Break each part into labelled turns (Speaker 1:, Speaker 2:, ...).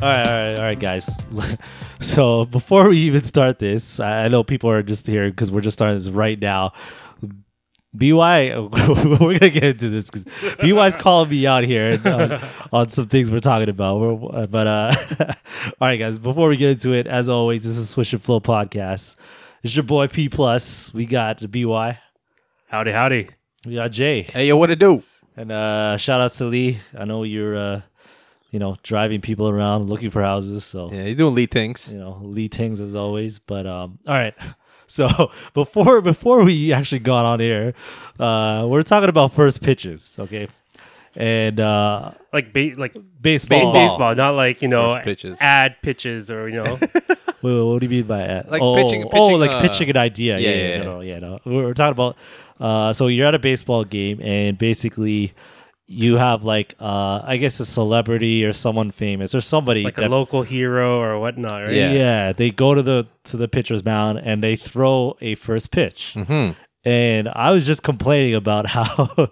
Speaker 1: All right, all right, all right, guys. so before we even start this, I I know people are just here because we're just starting this right now. BY, we're gonna get into this because BY's calling me out here on, on some things we're talking about. We're, but uh, all right, guys. Before we get into it, as always, this is Swish and Flow podcast. It's your boy P Plus. We got the BY,
Speaker 2: Howdy, howdy.
Speaker 1: we got Jay,
Speaker 3: Hey, yo, what it do?
Speaker 1: and uh, shout out to Lee. I know you're, uh, you know, driving people around looking for houses. So
Speaker 3: Yeah, you doing Lee things.
Speaker 1: you know Lee Tings as always. But um, all right. So before before we actually got on air, uh, we're talking about first pitches, okay, and uh,
Speaker 2: Like ba- like
Speaker 1: baseball.
Speaker 3: Baseball.
Speaker 2: baseball, not like you know
Speaker 3: First pitches.
Speaker 2: ad pitches or you know.
Speaker 1: Wait, wait, what do you mean by that?
Speaker 3: Like
Speaker 1: oh,
Speaker 3: pitching-
Speaker 1: oh,
Speaker 3: pitching,
Speaker 1: like
Speaker 3: uh,
Speaker 1: pitching an idea. Yeah,
Speaker 3: yeah,
Speaker 1: yeah,
Speaker 3: yeah,
Speaker 1: No, yeah. No, We're we're talking about. Uh, so you're at a baseball game, and basically, you have like uh, I guess a celebrity or someone famous or somebody
Speaker 2: like a
Speaker 1: that-
Speaker 2: local hero or whatnot, right?
Speaker 1: yeah.
Speaker 3: Yeah.
Speaker 1: they go to the to the pitcher's mound and they throw a first pitch.
Speaker 3: Mm-hmm.
Speaker 1: And I was just complaining about how uh,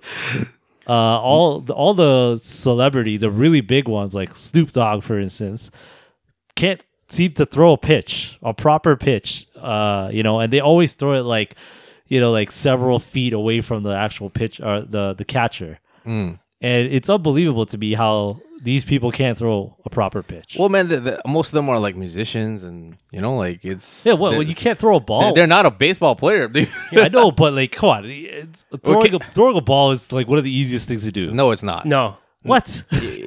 Speaker 1: all all the celebrities, the really big ones like Snoop Dogg, for instance, can't seem to throw a pitch, a proper pitch. Uh, you know, and they always throw it like you know, like several feet away from the actual pitch or the the catcher.
Speaker 3: Mm.
Speaker 1: And it's unbelievable to me how these people can't throw a proper pitch.
Speaker 3: Well, man, the, the, most of them are like musicians, and you know, like it's
Speaker 1: Yeah, well,
Speaker 3: they're,
Speaker 1: well, you can't throw a ball.
Speaker 3: they're, they're not a baseball player. dude.
Speaker 1: Yeah, I know, but like, come on, it's, throwing, a, throwing a ball is like one of the easiest things to do.
Speaker 3: no, it's not.
Speaker 2: No.
Speaker 1: What?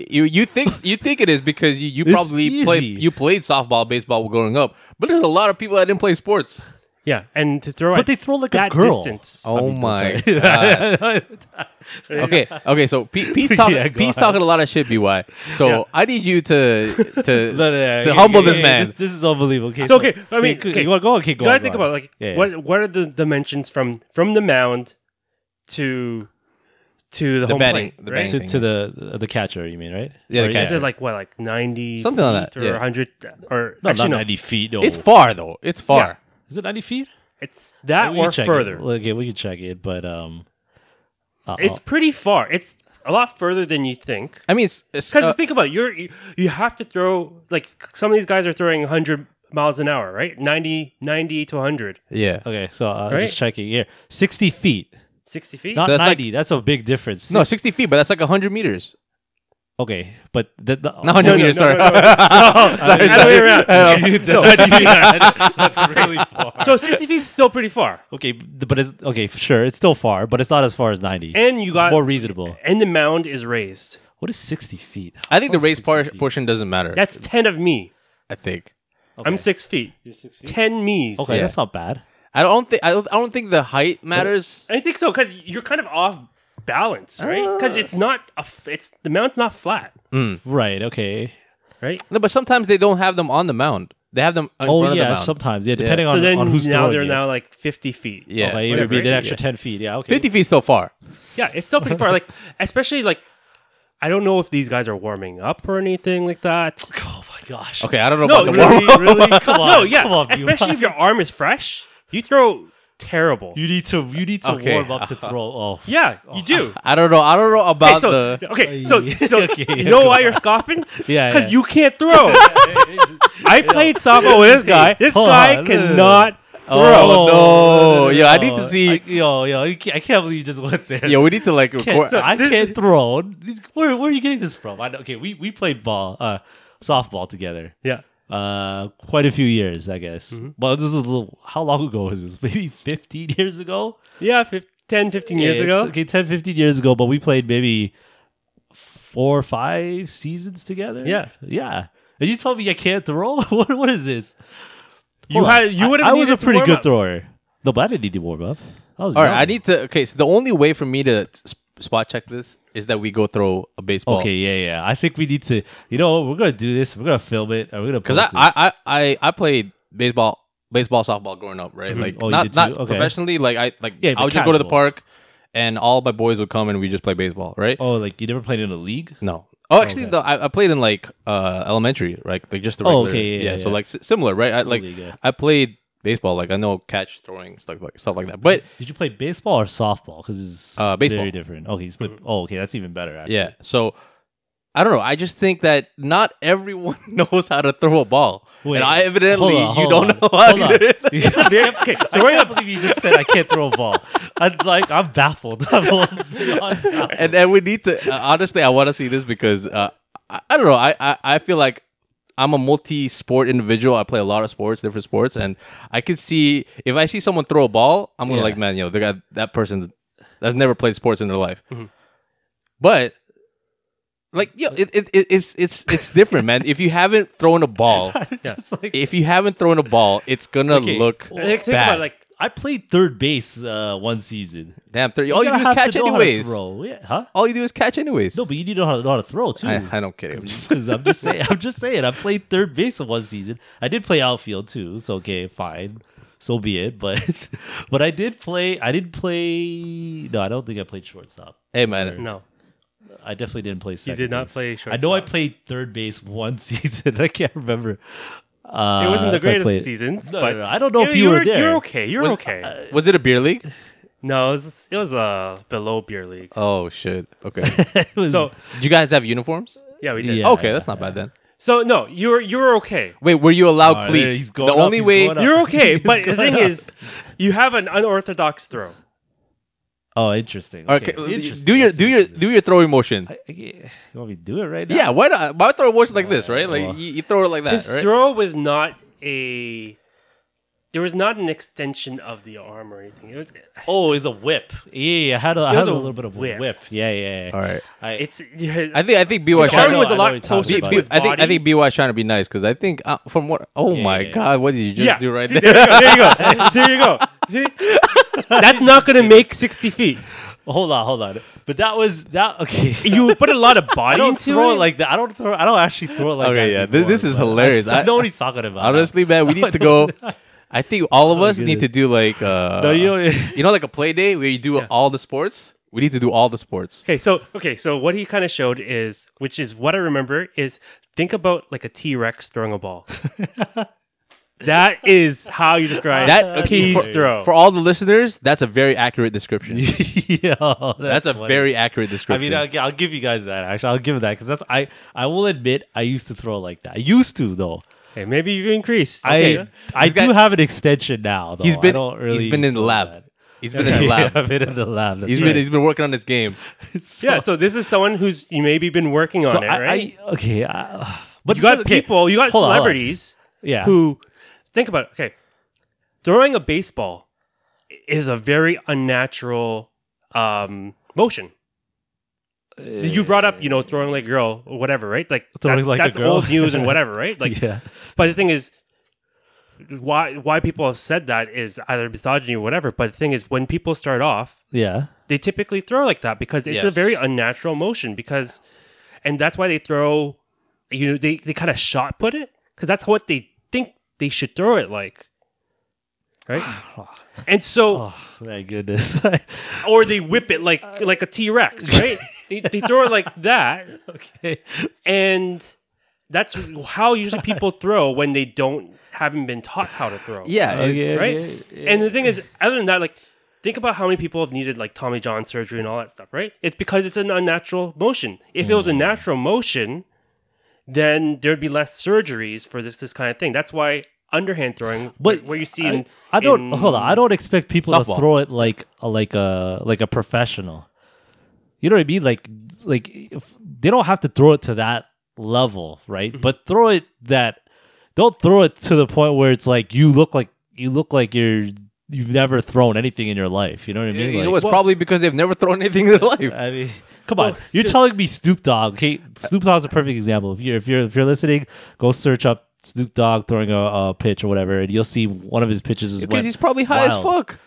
Speaker 3: you you think you think it is because you, you
Speaker 1: It's
Speaker 3: probably played
Speaker 1: easy.
Speaker 3: you played softball, baseball growing up, but there's a lot of people that didn't play sports.
Speaker 2: Yeah, and to throw
Speaker 1: But
Speaker 2: at
Speaker 1: they throw like a
Speaker 2: that
Speaker 1: girl.
Speaker 2: distance.
Speaker 3: Oh my god. okay, okay. So Pete, Pete's talking.
Speaker 1: Yeah, go
Speaker 3: Pete's
Speaker 1: on.
Speaker 3: talking a lot of shit. By so
Speaker 2: Yeah.
Speaker 3: I need you to to
Speaker 1: No, no, no,
Speaker 3: to
Speaker 1: yeah,
Speaker 3: humble
Speaker 1: yeah,
Speaker 3: this
Speaker 1: yeah,
Speaker 3: man.
Speaker 1: This, this is unbelievable. Okay,
Speaker 2: So, okay, I mean,
Speaker 1: okay,
Speaker 2: okay.
Speaker 1: you want to go? Okay, go.
Speaker 2: You gotta
Speaker 1: on,
Speaker 2: think
Speaker 1: go on.
Speaker 2: about like
Speaker 1: Yeah, yeah.
Speaker 2: what what are the dimensions from from the mound to to the, home
Speaker 3: batting-
Speaker 2: plate,
Speaker 3: the
Speaker 2: right?
Speaker 3: batting.
Speaker 1: to, to the the catcher? You mean right?
Speaker 3: Yeah, the
Speaker 1: Or
Speaker 2: Is
Speaker 3: catcher.
Speaker 2: it like what, like ninety
Speaker 3: Something
Speaker 2: feet
Speaker 3: like that,
Speaker 2: or
Speaker 3: yeah.
Speaker 2: hundred or
Speaker 1: No, not
Speaker 2: actually no,
Speaker 1: ninety feet. No.
Speaker 3: It's far though. It's far.
Speaker 2: Yeah.
Speaker 1: Is it ninety feet?
Speaker 2: it's that
Speaker 1: We can
Speaker 2: or
Speaker 1: check it.
Speaker 2: further.
Speaker 1: Okay, we can check it, but um, uh,
Speaker 2: It's pretty far. It's a lot further than you think.
Speaker 3: I mean, it's, it's
Speaker 2: Because
Speaker 3: uh,
Speaker 2: think about it, you're you, you have to throw like some of these guys are throwing 100 miles an hour, right? 90, 90 to 100,
Speaker 3: yeah.
Speaker 1: okay. So uh,
Speaker 2: Right?
Speaker 1: just checking here. Sixty feet,
Speaker 2: 60 feet.
Speaker 1: not
Speaker 3: So that's like-
Speaker 1: ninety. that's a big difference.
Speaker 3: No, 60 feet, but that's like 100 meters.
Speaker 1: Okay, but the, the,
Speaker 3: Not 100 meters,
Speaker 2: no,
Speaker 3: sorry.
Speaker 2: no, no,
Speaker 3: sorry,
Speaker 2: Uh, Other way
Speaker 3: sorry.
Speaker 2: around.
Speaker 1: that's really far.
Speaker 2: so 60 feet is still pretty far.
Speaker 1: Okay, but it's okay. Sure, it's still far, but it's not as far as ninety.
Speaker 2: And you
Speaker 1: it's
Speaker 2: got
Speaker 1: more reasonable.
Speaker 2: and the mound is raised.
Speaker 1: What is sixty feet?
Speaker 3: I think the
Speaker 1: What is
Speaker 3: raised por-
Speaker 1: 60 feet?
Speaker 3: portion doesn't matter.
Speaker 2: That's 10 of me.
Speaker 3: I think.
Speaker 2: I'm 6 feet. 10 me's.
Speaker 1: Okay,
Speaker 3: Yeah.
Speaker 1: that's not bad.
Speaker 3: I don't think I don't, I don't think the height matters.
Speaker 2: I think so cuz you're kind of off balance, right?
Speaker 1: Ah.
Speaker 2: Cuz it's not a f- it's the mound's not flat,
Speaker 1: Right. Okay.
Speaker 2: right?
Speaker 3: No, but sometimes they don't have them on the mound. They have them in
Speaker 1: Oh
Speaker 3: front of the
Speaker 1: yeah,
Speaker 3: mound.
Speaker 1: sometimes yeah, depending on,
Speaker 2: So then
Speaker 1: on who's
Speaker 2: now
Speaker 1: throwing
Speaker 2: they're
Speaker 1: it.
Speaker 2: now like 50 feet.
Speaker 3: yeah.
Speaker 1: Okay, it would
Speaker 2: whatever,
Speaker 1: be the
Speaker 2: right?
Speaker 1: extra ten feet. Yeah. Okay.
Speaker 3: 50 feet still far.
Speaker 2: Yeah, it's still pretty far. Like, especially like, I don't know if these guys are warming up or anything like that.
Speaker 1: Oh my gosh.
Speaker 3: Okay, I don't know
Speaker 2: No,
Speaker 3: about the
Speaker 2: really,
Speaker 3: warm up.
Speaker 2: really, come on. No, yeah,
Speaker 1: come on,
Speaker 2: especially
Speaker 1: B-Wan.
Speaker 2: if your arm is fresh, you throw terrible.
Speaker 1: You need to you need to
Speaker 3: Okay.
Speaker 1: warm up to throw. Oh.
Speaker 2: yeah, you do.
Speaker 3: I don't know. I don't know
Speaker 2: Okay,
Speaker 3: about
Speaker 2: so
Speaker 3: the
Speaker 2: okay, so,
Speaker 1: Ay.
Speaker 2: so
Speaker 1: Okay,
Speaker 2: you
Speaker 1: yeah,
Speaker 2: know
Speaker 1: go
Speaker 2: why you're scoffing?
Speaker 1: Yeah,
Speaker 2: because
Speaker 1: yeah.
Speaker 2: you can't throw. I played softball with this guy. This
Speaker 1: hold
Speaker 2: guy
Speaker 1: on. Oh.
Speaker 2: cannot.
Speaker 3: Oh, no. Yeah, I need to see-
Speaker 1: I, yo, yo, you can't, I can't believe you just went there.
Speaker 3: Yeah, we need to like record.
Speaker 1: can't, I can't throw. Where, where are you getting this from? I, know- okay, we, we played ball, uh, softball together,
Speaker 2: Yeah,
Speaker 1: uh, quite a few years, I guess.
Speaker 2: Mm-hmm.
Speaker 1: Well, this is a little, how long ago was this? Maybe 15 years ago?
Speaker 2: yeah, fif- 10, 15 years
Speaker 1: Yeah, it's-
Speaker 2: ago.
Speaker 1: Okay, 10, 15 years ago, but we played maybe four or five seasons together.
Speaker 2: Yeah.
Speaker 1: Yeah. And you told me I can't throw? what, what is this?
Speaker 2: You
Speaker 1: Hold on.
Speaker 2: had- you
Speaker 1: I-
Speaker 2: would've
Speaker 1: I, was
Speaker 2: needed
Speaker 1: a
Speaker 2: to
Speaker 1: pretty
Speaker 2: warm
Speaker 1: good
Speaker 2: up.
Speaker 1: thrower. No, but I didn't need to warm up. I was
Speaker 3: All right,
Speaker 1: young.
Speaker 3: I need to. Okay, so the only way for me to s- spot check this is that we go throw a baseball.
Speaker 1: Okay, yeah, yeah. I think we need to. You know, we're gonna do this. We're gonna film it. and We're gonna
Speaker 3: Because I, I, I, I played baseball, baseball, softball growing up, right? Like
Speaker 1: Oh, you did
Speaker 3: not
Speaker 1: too?
Speaker 3: not
Speaker 1: Okay.
Speaker 3: professionally. Like I like
Speaker 1: Yeah, but
Speaker 3: I would just go to the
Speaker 1: casual.
Speaker 3: park, and all my boys would come and we just play baseball, right?
Speaker 1: oh, like you never played in a league?
Speaker 3: No. Oh, actually, though I, I played in like uh, elementary, like like just the
Speaker 1: Oh,
Speaker 3: regular.
Speaker 1: okay, yeah, yeah,
Speaker 3: So
Speaker 1: yeah.
Speaker 3: like s- similar, right? I, like
Speaker 1: league, yeah.
Speaker 3: I played baseball, like I know catch, throwing, stuff like stuff like that. But
Speaker 1: Did you play baseball or softball? Because it's
Speaker 3: Uh, baseball.
Speaker 1: very different. Okay, he's played, oh, okay, that's even better. Actually.
Speaker 3: yeah, so I I don't know. I just think that not everyone knows how to throw a ball,
Speaker 1: Wait,
Speaker 3: and I evidently
Speaker 1: hold on,
Speaker 3: you
Speaker 1: hold
Speaker 3: don't
Speaker 1: on,
Speaker 3: know how
Speaker 1: hold
Speaker 3: to do it.
Speaker 1: It's a very-
Speaker 2: okay,
Speaker 1: I
Speaker 2: throwing
Speaker 1: can't
Speaker 2: a
Speaker 1: believe you just said I can't throw a ball. I'm like I'm baffled. I'm beyond baffled.
Speaker 3: and and we need to uh, honestly i want to see this because uh, I, I don't know I, I i feel like i'm a multi-sport individual i play a lot of sports different sports and i could see if i see someone throw a ball i'm gonna
Speaker 1: Yeah.
Speaker 3: like man yo they got that person that's never played sports in their life
Speaker 1: Mm-hmm.
Speaker 3: but like yo, it, it, it, it's it's it's different man if you haven't thrown a ball
Speaker 1: Just like-
Speaker 3: if you haven't thrown a ball it's gonna
Speaker 1: Okay.
Speaker 3: look
Speaker 1: Well,
Speaker 2: think, think
Speaker 3: bad
Speaker 2: about it, like
Speaker 1: I played third base uh, one season.
Speaker 3: damn 30 all Oh, you do
Speaker 1: gotta
Speaker 3: is
Speaker 1: have to
Speaker 3: catch
Speaker 1: know how to
Speaker 3: anyways
Speaker 1: throw. Yeah, huh?
Speaker 3: all you do is catch anyways
Speaker 1: No, but you need to know how to, know how to throw too.
Speaker 3: I, I don't care I'm just-
Speaker 1: 'Cause I'm just saying. I'm just saying. I played third base in one season. I did play outfield too. So okay, fine. So be it. But but I did play. I did play. No, I don't think I played shortstop.
Speaker 3: hey man
Speaker 2: no,
Speaker 1: I definitely didn't play.
Speaker 2: you
Speaker 1: Second
Speaker 2: did not
Speaker 1: base.
Speaker 2: play
Speaker 1: I
Speaker 2: shortstop.
Speaker 1: know I played third base one season. I can't remember. Uh,
Speaker 2: It wasn't the
Speaker 1: if I played-
Speaker 2: greatest season,
Speaker 1: No,
Speaker 2: but
Speaker 1: no, I don't know if you were
Speaker 2: you're-
Speaker 1: there.
Speaker 2: You're okay. You're
Speaker 3: Was-
Speaker 2: okay.
Speaker 3: Was it a beer league?
Speaker 2: no, it was, it was uh, below beer league.
Speaker 3: Oh shit. Okay.
Speaker 1: It was-
Speaker 2: So
Speaker 3: Do you guys have uniforms?
Speaker 2: yeah, we did.
Speaker 1: Yeah.
Speaker 3: okay, that's not bad then.
Speaker 2: So no, you're you're okay.
Speaker 3: Wait, were you allowed
Speaker 1: All right,
Speaker 3: cleats?
Speaker 1: Oh, he's
Speaker 3: the
Speaker 1: going up,
Speaker 3: only
Speaker 1: he's
Speaker 3: way
Speaker 1: going up.
Speaker 2: You're okay. But the
Speaker 1: going
Speaker 2: thing
Speaker 1: up.
Speaker 2: is, you have an unorthodox throw.
Speaker 1: oh, interesting.
Speaker 3: Okay,
Speaker 1: Okay, interesting.
Speaker 3: do your
Speaker 1: That's
Speaker 3: do your
Speaker 1: interesting.
Speaker 3: do your throwing motion.
Speaker 1: I, I, you want me to do it right now?
Speaker 3: yeah, why not? Why throw a motion like this, right?
Speaker 1: well.
Speaker 3: Like you, you throw it like that,
Speaker 2: His
Speaker 3: right?
Speaker 2: throw was not a. There was not an extension of the arm or anything. It was.
Speaker 1: Oh, it's a whip. Yeah, yeah, yeah. I had a, I had
Speaker 2: was
Speaker 1: a
Speaker 2: a
Speaker 1: little bit of a
Speaker 2: whip.
Speaker 1: whip. Yeah, yeah. yeah.
Speaker 3: All right.
Speaker 1: I,
Speaker 2: It's. Yeah,
Speaker 3: I think I think BY
Speaker 2: The arm
Speaker 3: trying
Speaker 1: know-
Speaker 2: was
Speaker 3: to,
Speaker 1: I
Speaker 2: a
Speaker 1: know what you're
Speaker 2: lot
Speaker 1: talking
Speaker 2: closer
Speaker 1: about.
Speaker 2: to
Speaker 1: B-
Speaker 2: his
Speaker 3: I think I
Speaker 2: body.
Speaker 3: think BY trying to be nice because I think uh, from what oh my
Speaker 1: yeah.
Speaker 3: god what did you just
Speaker 2: yeah.
Speaker 3: do right
Speaker 2: See,
Speaker 3: there?
Speaker 2: There you go. There you go. There you go. See? That's not going to make 60 feet.
Speaker 1: hold on, hold on. But that was that. Okay,
Speaker 2: You put a lot of
Speaker 1: I
Speaker 2: body
Speaker 1: don't
Speaker 2: into
Speaker 1: throw it
Speaker 2: it.
Speaker 1: like that. I don't throw. I don't actually throw it like that.
Speaker 3: Okay, yeah,
Speaker 1: anymore,
Speaker 3: this- this is
Speaker 1: but
Speaker 3: hilarious.
Speaker 1: I,
Speaker 3: I-
Speaker 1: I know what he's talking about.
Speaker 3: Honestly, man, we need to go. I think all of us need to do like uh,
Speaker 1: No, you know-
Speaker 3: you know like a play day where you do all the sports. We need to do all the sports.
Speaker 2: Okay, so okay, so what he kind of showed is, which is what I remember, is think about like a T Rex throwing a ball. that is how you describe
Speaker 3: That
Speaker 2: a
Speaker 3: okay,
Speaker 2: keys
Speaker 3: for,
Speaker 2: throw.
Speaker 3: for all the listeners, that's a very accurate description.
Speaker 1: yeah,
Speaker 3: that's, a
Speaker 1: funny.
Speaker 3: very accurate
Speaker 1: I
Speaker 3: description.
Speaker 1: mean, I'll, I'll give you guys that. Actually, I'll give it that because that's I. I will admit, I used to throw like that. I used to though.
Speaker 2: okay, maybe you've increased.
Speaker 1: I I
Speaker 3: He's
Speaker 1: do
Speaker 3: got-
Speaker 1: have an extension now. Though.
Speaker 3: he's
Speaker 1: I
Speaker 3: been
Speaker 1: don't really
Speaker 3: he's been in the
Speaker 1: throw
Speaker 3: lab.
Speaker 1: that.
Speaker 3: He's been in the
Speaker 1: Yeah,
Speaker 3: lab.
Speaker 1: I've been in the lab. That's
Speaker 3: He's
Speaker 1: right.
Speaker 3: been he's been working on this game.
Speaker 2: yeah, so this is someone who's you maybe been working on
Speaker 1: So
Speaker 2: it,
Speaker 1: I,
Speaker 2: right?
Speaker 1: I okay, I, but
Speaker 2: you got
Speaker 1: okay,
Speaker 2: people, you got
Speaker 1: hold on, hold on.
Speaker 2: celebrities
Speaker 1: yeah.
Speaker 2: who think about it. Okay, throwing a baseball is a very unnatural um, motion. you brought up, you know, throwing like a girl, or whatever, right? Like
Speaker 1: Throwing
Speaker 2: that's,
Speaker 1: like a
Speaker 2: that's
Speaker 1: girl.
Speaker 2: old news and whatever, right? Like,
Speaker 1: yeah,
Speaker 2: but the thing is, why why people have said that is either misogyny or whatever. But the thing is, when people start off,
Speaker 1: yeah.
Speaker 2: they typically throw like that because it's a
Speaker 3: Yes.
Speaker 2: very unnatural motion. Because, and that's why they throw, you know, they they kind of shot put it because that's what they think they should throw it like, right? and so
Speaker 1: Oh my goodness.
Speaker 3: Oh.
Speaker 2: or they whip it like like a T Rex, right? they, they throw it like that,
Speaker 1: okay.
Speaker 2: and that's how usually people throw when they don't haven't been taught how to throw.
Speaker 3: Yeah,
Speaker 1: Okay.
Speaker 2: right.
Speaker 1: yeah, yeah.
Speaker 2: And the thing is, other than that, like think about how many people have needed like Tommy John surgery and all that stuff, right? It's because it's an unnatural motion. If it was
Speaker 1: Mm.
Speaker 2: a natural motion, then there'd be less surgeries for this this kind of thing. That's why underhand throwing,
Speaker 1: But
Speaker 2: but where you see,
Speaker 1: I,
Speaker 2: in,
Speaker 1: I don't
Speaker 2: in-
Speaker 1: hold on. I don't expect people to
Speaker 3: Softball.
Speaker 1: throw it like a- like a like a professional. You know what I mean? Like like if, they don't have to throw it to that level, right?
Speaker 3: Mm-hmm.
Speaker 1: But throw it that don't throw it to the point where it's like you look like you look like you're you've never thrown anything in your life. You know what I
Speaker 3: You,
Speaker 1: mean?
Speaker 3: you
Speaker 1: Like- Uh,
Speaker 3: know, it's probably because they've never thrown anything in their life.
Speaker 1: I mean, come on. You're telling me Snoop Dogg. Okay, Snoop Dogg's a perfect example. If you're if you're if you're listening, go search up Snoop Dogg throwing a, a pitch or whatever, and you'll see one of his pitches is
Speaker 3: because
Speaker 1: went
Speaker 3: he's probably high as
Speaker 1: wild.
Speaker 3: fuck.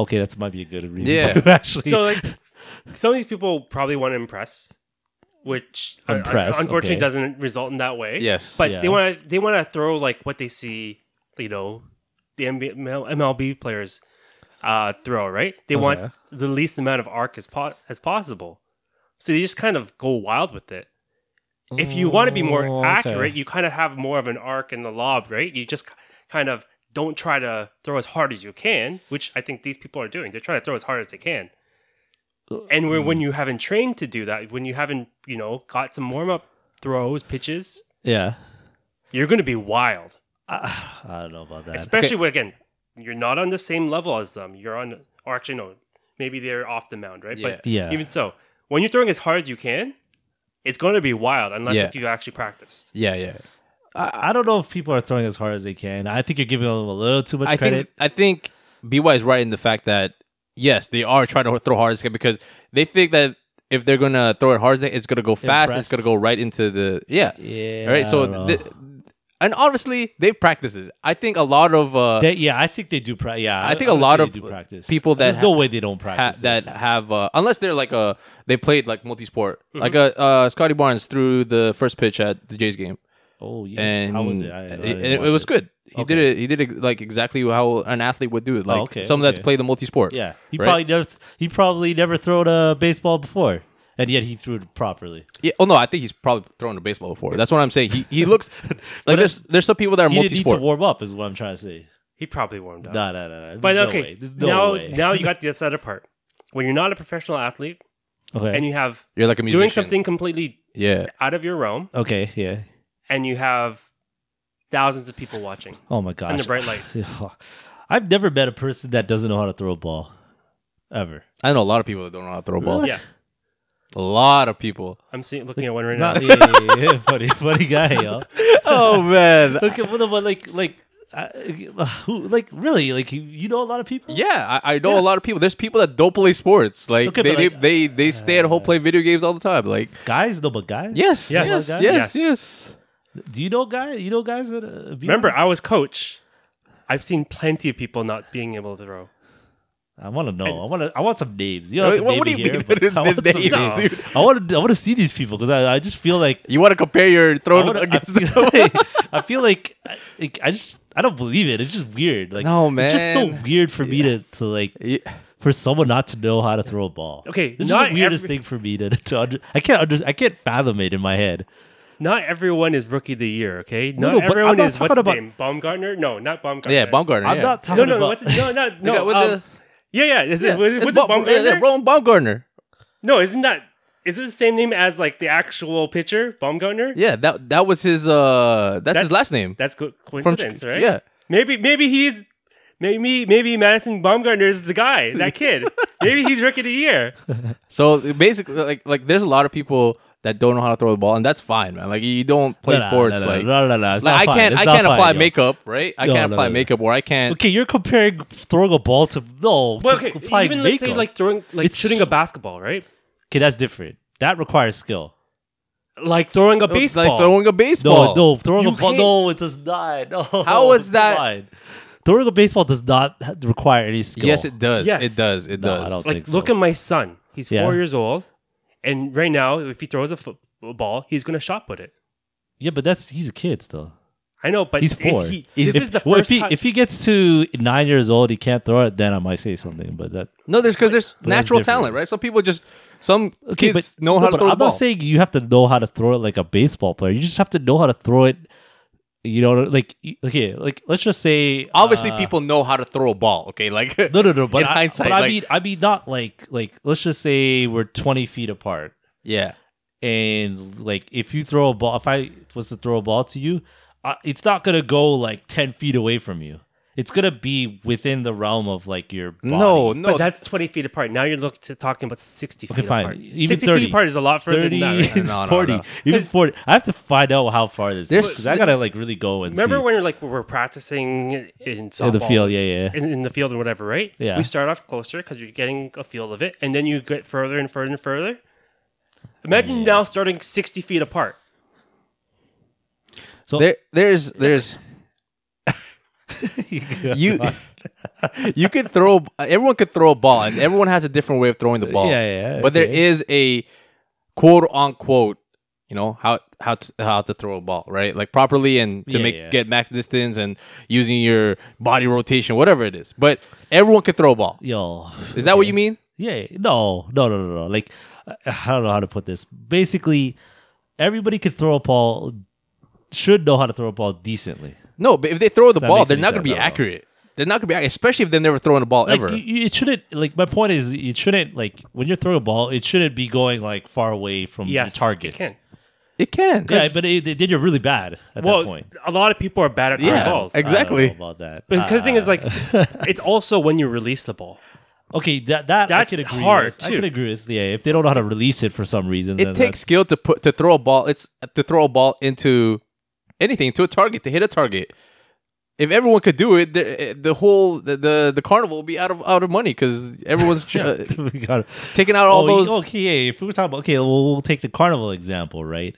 Speaker 1: Okay, that might be a good reason
Speaker 3: Yeah.
Speaker 1: too, actually.
Speaker 2: So like, some of these people probably want to impress, which uh,
Speaker 1: Impress,
Speaker 2: unfortunately
Speaker 1: okay.
Speaker 2: doesn't result in that way.
Speaker 3: Yes.
Speaker 2: but
Speaker 1: Yeah.
Speaker 2: they want to they want to throw like what they see, you know, the NBA, MLB players uh, throw right. They want
Speaker 1: Okay.
Speaker 2: the least amount of arc as po- as possible, so they just kind of go wild with it. If you want to be more
Speaker 1: Oh, okay.
Speaker 2: accurate, you kind of have more of an arc in the lob, right? You just k- kind of don't try to throw as hard as you can, which I think these people are doing. They're trying to throw as hard as they can.
Speaker 1: Uh, mm.
Speaker 2: And where, when you haven't trained to do that, when you haven't, you know, got some warm up throws, pitches,
Speaker 1: Yeah.
Speaker 2: you're going to be wild.
Speaker 1: I don't know about that.
Speaker 2: Especially when, again, you're not on the same level as them. You're on, or actually, no, maybe they're off the mound, right? But
Speaker 1: Yeah.
Speaker 2: even so, when you're throwing as hard as you can, it's going to be wild unless
Speaker 3: Yeah.
Speaker 2: if you actually practiced.
Speaker 3: Yeah, yeah.
Speaker 1: I, I don't know if people are throwing as hard as they can. I think you're giving them a little too much
Speaker 3: I
Speaker 1: credit.
Speaker 3: think I think BY is right in the fact that yes, they are trying to throw hard as they can because they think that if they're gonna throw it hard as they, it's gonna go fast, it's
Speaker 1: Impress.
Speaker 3: gonna go right into the yeah.
Speaker 1: Yeah,
Speaker 3: All right.
Speaker 1: I
Speaker 3: So
Speaker 1: don't know.
Speaker 3: th- and honestly, they practice this. I think a lot of uh,
Speaker 1: They- yeah, I think they do. Pra- yeah,
Speaker 3: I think a
Speaker 1: would
Speaker 3: lot
Speaker 1: say
Speaker 3: of
Speaker 1: they do practice.
Speaker 3: people that
Speaker 1: there's
Speaker 3: ha-
Speaker 1: no way they don't
Speaker 3: ha-
Speaker 1: practice
Speaker 3: that
Speaker 1: this.
Speaker 3: have uh, unless they're like uh they played like multi-sport like uh, uh Scotty Barnes threw the first pitch at the Jays game
Speaker 1: Oh yeah,
Speaker 3: and
Speaker 1: how was it? I, I
Speaker 3: it,
Speaker 1: didn't
Speaker 3: it- it
Speaker 1: watch
Speaker 3: was
Speaker 1: it.
Speaker 3: good he did
Speaker 1: Okay.
Speaker 3: it he did it like exactly how an athlete would do it like
Speaker 1: okay,
Speaker 3: someone that's
Speaker 1: okay.
Speaker 3: played the multi-sport
Speaker 1: Yeah, he
Speaker 3: right?
Speaker 1: probably never he probably never thrown a baseball before, and yet he threw it properly.
Speaker 3: Yeah. Oh no, I think he's probably thrown a baseball before. That's what I'm saying. He he looks like there's there's some people that are
Speaker 1: He didn't need to
Speaker 3: multi-sport.
Speaker 1: warm up, is what I'm trying to say.
Speaker 2: He probably warmed up.
Speaker 1: Nah, nah, nah. nah.
Speaker 2: but
Speaker 1: There's no
Speaker 2: okay,
Speaker 1: way. There's no
Speaker 2: now
Speaker 1: way.
Speaker 2: now you got the other part. When you're not a professional athlete
Speaker 1: okay,
Speaker 2: and you have
Speaker 3: You're like a musician.
Speaker 2: doing something completely
Speaker 3: Yeah.
Speaker 2: out of your realm,
Speaker 1: okay, yeah.
Speaker 2: and you have thousands of people watching
Speaker 1: Oh my gosh,
Speaker 2: and the bright lights.
Speaker 1: I've never met a person that doesn't know how to throw a ball, ever.
Speaker 3: I know a lot of people that don't know how to throw a ball.
Speaker 2: yeah,
Speaker 3: A lot of people.
Speaker 2: I'm seeing looking at one right now.
Speaker 1: Not yeah, yeah, yeah, yeah, funny, funny guy, yo.
Speaker 3: oh man.
Speaker 1: Look at what about like like. Uh, who like really like you, you know a lot of people
Speaker 3: Yeah, I, I know a lot of people. There's people that don't play sports. Like
Speaker 1: Okay,
Speaker 3: they,
Speaker 1: but, like,
Speaker 3: they they they stay at home play video games all the time. Like
Speaker 1: guys no but guys
Speaker 3: yes,
Speaker 2: Yes.
Speaker 3: yes, yes,
Speaker 2: Yes.
Speaker 3: yes.
Speaker 1: do you know guys you know guys that uh, be-
Speaker 2: Remember, I was coach. I've seen plenty of people not being able to throw.
Speaker 1: I want to know. I want to. I want some names. You
Speaker 3: Wait,
Speaker 1: don't have to
Speaker 3: what-
Speaker 1: name
Speaker 3: what do
Speaker 1: me
Speaker 3: you
Speaker 1: here,
Speaker 3: mean
Speaker 1: but I want
Speaker 3: the
Speaker 1: some
Speaker 3: names,
Speaker 1: names.
Speaker 3: dude?
Speaker 1: I want to. I want to see these people because I, I just feel like
Speaker 3: You want to compare your
Speaker 1: I,
Speaker 3: throw
Speaker 1: wanna, I,
Speaker 3: against
Speaker 1: feel like I feel like I, like, I just I don't believe it. It's just weird. Like
Speaker 3: No,
Speaker 1: it's just so
Speaker 3: man.
Speaker 1: weird for me to, to like
Speaker 3: the
Speaker 1: for someone not to know how to throw a ball.
Speaker 2: Okay,
Speaker 1: this is
Speaker 2: not
Speaker 1: the weirdest
Speaker 2: every-
Speaker 1: thing for me to to under, I can't under, I can't fathom it in my head.
Speaker 2: Not everyone is rookie of the year, okay? Not
Speaker 1: no, but I'm
Speaker 2: everyone
Speaker 1: not
Speaker 2: is
Speaker 1: talking
Speaker 2: what's
Speaker 1: about-
Speaker 2: his name? Baumgartner? No, not Baumgartner.
Speaker 3: yeah Baumgartner.
Speaker 1: I'm
Speaker 3: yeah.
Speaker 1: not
Speaker 2: No,
Speaker 1: talking
Speaker 2: no, no,
Speaker 1: about.
Speaker 2: what's his, no, not, no.
Speaker 3: guy with
Speaker 2: um,
Speaker 3: the-
Speaker 2: yeah, yeah. Is it, was,
Speaker 3: It's
Speaker 2: was it
Speaker 3: Baum-
Speaker 2: Baumgartner?
Speaker 3: yeah, Roman Baumgartner.
Speaker 2: No, isn't that is it the same name as like the actual pitcher, Baumgartner?
Speaker 3: Yeah, that that was his uh that's
Speaker 2: That-
Speaker 3: his last name.
Speaker 2: That's co-
Speaker 3: From-
Speaker 2: coincidence, right?
Speaker 3: yeah.
Speaker 2: Maybe maybe he's maybe maybe Madison Baumgartner is the guy, that kid. maybe he's rookie of the year.
Speaker 3: So basically, like like there's a lot of people that don't know how to throw the ball, and that's fine, man. Like you don't play
Speaker 1: No, no, no,
Speaker 3: sports,
Speaker 1: no,
Speaker 3: like.
Speaker 1: no, no, no, it's
Speaker 3: Like
Speaker 1: not
Speaker 3: I
Speaker 1: fine.
Speaker 3: can't,
Speaker 1: It's
Speaker 3: I
Speaker 1: not
Speaker 3: can't
Speaker 1: fine,
Speaker 3: apply
Speaker 1: yo.
Speaker 3: makeup, right? I
Speaker 1: No,
Speaker 3: can't
Speaker 1: no,
Speaker 3: apply
Speaker 1: no.
Speaker 3: makeup, or I can't.
Speaker 1: Okay, you're comparing throwing a ball to no. to
Speaker 2: Well, okay,
Speaker 1: applying
Speaker 2: even let's say
Speaker 1: makeup.
Speaker 2: like throwing like
Speaker 1: It's-
Speaker 2: shooting a basketball, right?
Speaker 1: Okay, that's different. That requires skill.
Speaker 2: Like throwing a
Speaker 3: It's
Speaker 2: baseball.
Speaker 3: like throwing
Speaker 1: No,
Speaker 3: a baseball.
Speaker 1: no, throwing
Speaker 3: You
Speaker 1: a ball.
Speaker 3: can't-
Speaker 1: No, it does not. No,
Speaker 3: How is
Speaker 1: it's
Speaker 3: that-
Speaker 1: fine. Throwing a baseball does not ha- require any skill.
Speaker 3: Yes, it does.
Speaker 2: Yes.
Speaker 3: It does. It
Speaker 1: No, I
Speaker 3: does.
Speaker 1: don't
Speaker 2: like
Speaker 1: think
Speaker 2: look
Speaker 1: so.
Speaker 2: at my son. He's
Speaker 1: Yeah.
Speaker 2: four years old, and right now, if he throws a football, he's gonna shot put it.
Speaker 1: Yeah, but that's he's a kid still.
Speaker 2: I know, but
Speaker 1: He's
Speaker 2: if
Speaker 1: four.
Speaker 2: he- this
Speaker 3: He's-
Speaker 1: if,
Speaker 2: is the
Speaker 1: well, if
Speaker 2: first
Speaker 1: he
Speaker 2: time.
Speaker 1: if he gets to nine years old, he can't throw it. Then I might say something. But that
Speaker 3: no, there's because there's
Speaker 1: that's
Speaker 3: natural
Speaker 1: different.
Speaker 3: talent, right? Some people just some
Speaker 1: okay,
Speaker 3: kids
Speaker 1: but
Speaker 3: know
Speaker 1: no,
Speaker 3: how to
Speaker 1: but
Speaker 3: throw
Speaker 1: I'm
Speaker 3: the ball.
Speaker 1: not saying you have to know how to throw it like a baseball player. You just have to know how to throw it. You know, like y- okay, like let's just say
Speaker 3: Obviously,
Speaker 1: uh,
Speaker 3: people know how to throw a ball. Okay, like
Speaker 1: No, no, no. But,
Speaker 3: in
Speaker 1: I,
Speaker 3: hindsight,
Speaker 1: but I
Speaker 3: like-
Speaker 1: mean, I mean, not like like let's just say we're twenty feet apart.
Speaker 3: yeah,
Speaker 1: and like if you throw a ball if i was to throw a ball to you uh, it's not gonna go like 10 feet away from you it's gonna be within the realm of like your body.
Speaker 3: no,
Speaker 2: but
Speaker 3: no,
Speaker 2: that's twenty feet apart. Now you're look to talking about sixty feet
Speaker 1: Okay, fine.
Speaker 2: apart.
Speaker 1: Even
Speaker 2: sixty
Speaker 1: 30.
Speaker 2: feet apart is a lot further
Speaker 1: 30
Speaker 2: than that. Right?
Speaker 1: and
Speaker 3: No, no,
Speaker 1: 40
Speaker 3: no.
Speaker 1: even 40 i have to find out how far this is
Speaker 3: There's-
Speaker 1: 'cause i gotta like really go and
Speaker 2: Remember
Speaker 1: see
Speaker 2: when you're like we're practicing in softball,
Speaker 1: in the field yeah yeah
Speaker 2: in, in the field or whatever, right?
Speaker 1: Yeah.
Speaker 2: We start off closer because you're getting a feel of it, and then you get further and further and further. Imagine now starting sixty feet apart.
Speaker 1: so
Speaker 3: there, there's, there's. you you could throw everyone could throw a ball and everyone has a different way of throwing the ball
Speaker 1: Yeah, yeah, yeah,
Speaker 3: but there
Speaker 1: okay.
Speaker 3: is a quote unquote you know how how to, how to throw a ball right like properly and to
Speaker 1: Yeah,
Speaker 3: make
Speaker 1: yeah.
Speaker 3: get max distance and using your body rotation whatever it is but everyone could throw a ball
Speaker 1: yo
Speaker 3: is that what you mean
Speaker 1: Yeah, no, no, no, no, no. Like I I don't know how to put this. Basically, everybody can throw a ball. Should know how to throw a ball decently.
Speaker 3: no but if they throw the
Speaker 1: That
Speaker 3: ball
Speaker 1: makes
Speaker 3: they're
Speaker 1: any
Speaker 3: not going to
Speaker 1: sense
Speaker 3: be
Speaker 1: at all.
Speaker 3: accurate they're not going to be ac- especially if they've never thrown a ball
Speaker 1: Like
Speaker 3: ever
Speaker 1: you, you- it shouldn't. Like my point is, it shouldn't. Like when you're throwing a ball, it shouldn't be going like far away from
Speaker 2: Yes,
Speaker 1: your target.
Speaker 2: It can.
Speaker 3: It can.
Speaker 1: Yeah, but it, they did you really bad at
Speaker 2: well,
Speaker 1: that point.
Speaker 2: a lot of people are bad at
Speaker 3: Yeah,
Speaker 2: high balls.
Speaker 3: ex-
Speaker 1: I don't
Speaker 3: exactly.
Speaker 1: know about that.
Speaker 2: But the thing is, like, it's also when you release the ball.
Speaker 1: Ah, Okay, that that I
Speaker 2: That's
Speaker 1: could agree
Speaker 2: hard,
Speaker 1: with. I
Speaker 2: too.
Speaker 1: could agree with. Yeah, if they don't know how to release it for some reason, then
Speaker 3: it takes skill to put to throw a ball. It's to throw a ball into anything to a target to hit a target. If everyone could do it, the, the whole the, the the carnival would be out of out of money because everyone's tr- uh,
Speaker 1: that's- we gotta-
Speaker 3: taking out all
Speaker 1: oh,
Speaker 3: those.
Speaker 1: Okay, if we were talking about okay, we'll, we'll take the carnival example, right?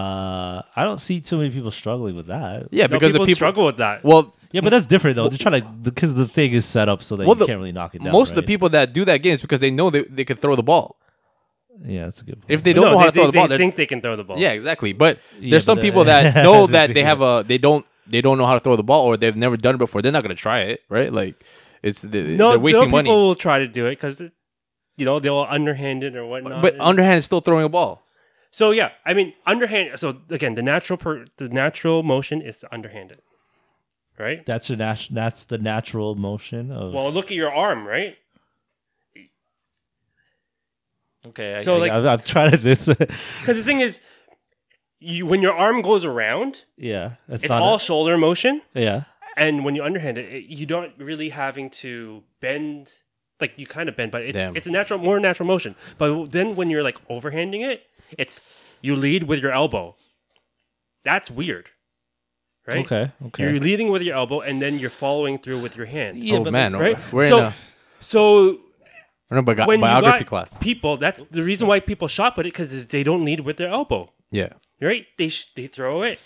Speaker 1: Uh, I don't see too many people struggling with that.
Speaker 3: Yeah,
Speaker 2: No,
Speaker 3: because
Speaker 2: people
Speaker 3: the people
Speaker 2: struggle with that.
Speaker 3: Well,
Speaker 1: Yeah, but that's different though. They're trying to because the thing is set up so that
Speaker 3: Well,
Speaker 1: you
Speaker 3: the-
Speaker 1: can't really knock it down.
Speaker 3: most of the
Speaker 1: right?
Speaker 3: people that do that game is because they know they, they could throw the ball.
Speaker 1: yeah, that's a good. Point.
Speaker 3: If they don't
Speaker 2: no,
Speaker 3: know
Speaker 2: they,
Speaker 3: how to throw
Speaker 2: they-
Speaker 3: the ball,
Speaker 2: they
Speaker 3: they're-
Speaker 2: think they can throw the ball.
Speaker 3: yeah, exactly. But
Speaker 1: Yeah,
Speaker 3: there's some
Speaker 1: but, uh,
Speaker 3: people that know
Speaker 1: that's
Speaker 3: that
Speaker 1: the thing.
Speaker 3: they have a they don't they don't know how to throw the ball or they've never done it before. They're not gonna try it, right? Like it's they,
Speaker 2: no,
Speaker 3: they're wasting
Speaker 2: no,
Speaker 3: money.
Speaker 2: people will try to do it because, you know, they'll underhand it or whatnot.
Speaker 3: But
Speaker 2: And-
Speaker 3: underhand is still throwing a ball.
Speaker 2: so yeah, I mean, underhand. So again, the natural per, the natural motion is to underhand it, right?
Speaker 1: that's your nat- that's the natural motion of.
Speaker 2: Well, look at your arm, right?
Speaker 1: okay,
Speaker 2: so, like-
Speaker 1: I've, I've tried this.
Speaker 2: Because the thing is, you when your arm goes around,
Speaker 1: yeah, that's
Speaker 2: it's,
Speaker 1: not
Speaker 2: all shoulder motion,
Speaker 1: yeah.
Speaker 2: and when you underhand it, it, you don't really having to bend. Like you kind of bend, but it,
Speaker 3: Damn.
Speaker 2: it's a natural, more natural motion. But then when you're like overhanding it, it's you lead with your elbow. That's weird, right?
Speaker 1: Okay, okay.
Speaker 2: You're leading with your elbow, and then you're following through with your hand.
Speaker 1: Yeah,
Speaker 3: oh
Speaker 1: but,
Speaker 3: man,
Speaker 2: right?
Speaker 3: we're
Speaker 2: so,
Speaker 3: in a
Speaker 2: so
Speaker 3: we're in a bi-
Speaker 2: when you
Speaker 3: biography
Speaker 2: got
Speaker 3: class.
Speaker 2: people, that's the reason why people shop at it because they don't lead with their elbow,
Speaker 3: Yeah.
Speaker 2: right? They sh- they throw it,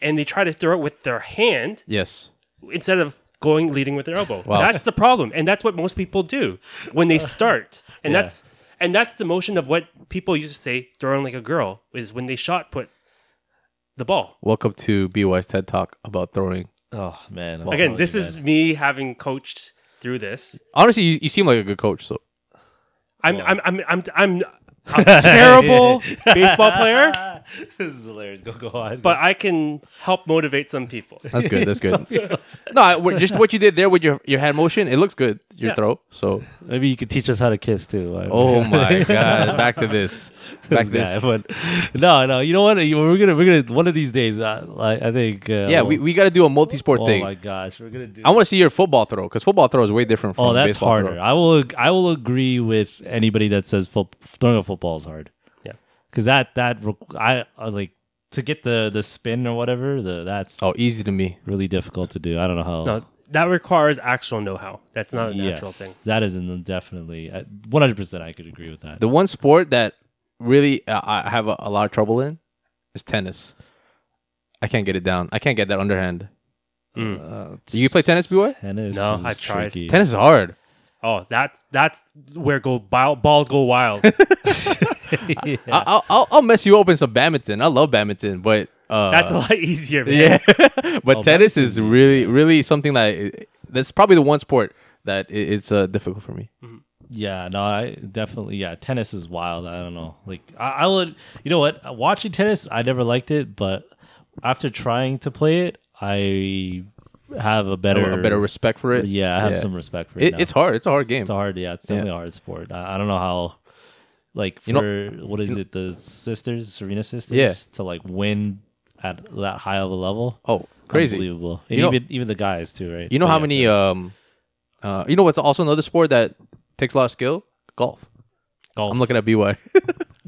Speaker 2: and they try to throw it with their hand
Speaker 3: Yes.
Speaker 2: instead of going leading with their elbow.
Speaker 3: Wow.
Speaker 2: That's the problem, and that's what most people do when they start, and
Speaker 1: Yeah.
Speaker 2: that's and that's the motion of what people used to say throwing like a girl is when they shot put the ball.
Speaker 3: Welcome to BY's TED Talk about throwing.
Speaker 1: Oh man. I'm
Speaker 2: Again,
Speaker 1: telling
Speaker 2: this
Speaker 1: you,
Speaker 2: is
Speaker 1: man.
Speaker 2: me having coached through this.
Speaker 3: Honestly, you, you seem like a good coach. So
Speaker 2: I'm I'm I'm I'm, I'm a terrible baseball player,
Speaker 1: this is hilarious. Go go on.
Speaker 2: but I can help motivate some people.
Speaker 3: that's good. That's good. no, I, we're- just what you did there with your, your hand motion, it looks good. Your
Speaker 2: Yeah.
Speaker 3: throw. So
Speaker 1: maybe you could teach us how to kiss too. I-
Speaker 3: oh my god, back to this.
Speaker 1: this
Speaker 3: Back to this.
Speaker 1: guy, but no, no. You know what? You- We're gonna we're gonna one of these days. Uh, like I think. Uh,
Speaker 3: Yeah, we, we got to do a multi-sport
Speaker 1: Oh
Speaker 3: thing.
Speaker 1: my gosh, we're gonna do.
Speaker 3: I want to see your football throw because football throw is way different from
Speaker 1: oh, that's
Speaker 3: baseball
Speaker 1: harder.
Speaker 3: throw.
Speaker 1: I will ag- I will agree with anybody that says fo- throwing a football is hard.
Speaker 2: Yeah.
Speaker 1: because that that re- I I like to get the the spin or whatever. The that's
Speaker 3: Oh, easy to me.
Speaker 1: really difficult to do. I don't know how.
Speaker 2: No, that requires actual know-how. That's not a
Speaker 1: Yes,
Speaker 2: natural thing.
Speaker 1: that is in- definitely one hundred percent. I could agree with that.
Speaker 3: The one sport that really uh, I have a, a lot of trouble in is tennis. I can't get it down. I can't get that underhand.
Speaker 1: Uh,
Speaker 3: You play tennis, BY?
Speaker 1: Tennis.
Speaker 2: No,
Speaker 1: is
Speaker 2: I've tried.
Speaker 1: tricky.
Speaker 3: Tennis is hard.
Speaker 2: Oh, that's that's where go ball, balls go wild.
Speaker 3: I, I'll, I'll I'll mess you up in some badminton. I love badminton, but uh,
Speaker 2: That's a lot easier. Man.
Speaker 3: yeah.
Speaker 1: Oh,
Speaker 3: but tennis is really really something that i- that's probably the one sport that i- it's uh, difficult for me.
Speaker 1: Yeah, no, I definitely. Yeah, tennis is wild. I don't know. Like, I, I would, you know what? Watching tennis, I never liked it, but after trying to play it, I have a
Speaker 3: I
Speaker 1: better,
Speaker 3: want A better respect for it.
Speaker 1: Yeah, I have
Speaker 3: Yeah.
Speaker 1: some respect for it.
Speaker 3: It,
Speaker 1: now.
Speaker 3: it's hard. It's a hard game.
Speaker 1: It's hard. Yeah, it's definitely a hard sport. I, I don't know how. Like for
Speaker 3: You know-
Speaker 1: what is it? The sisters, Serena sisters,
Speaker 3: Yeah.
Speaker 1: to like win at that high of a level.
Speaker 3: Oh, crazy.
Speaker 1: Unbelievable. And
Speaker 3: You know-
Speaker 1: even even the guys too, right?
Speaker 3: You know
Speaker 1: But
Speaker 3: how
Speaker 1: yeah,
Speaker 3: many um uh you know what's also another sport that takes a lot of skill? Golf.
Speaker 2: golf.
Speaker 3: I'm looking at BY.
Speaker 1: wh-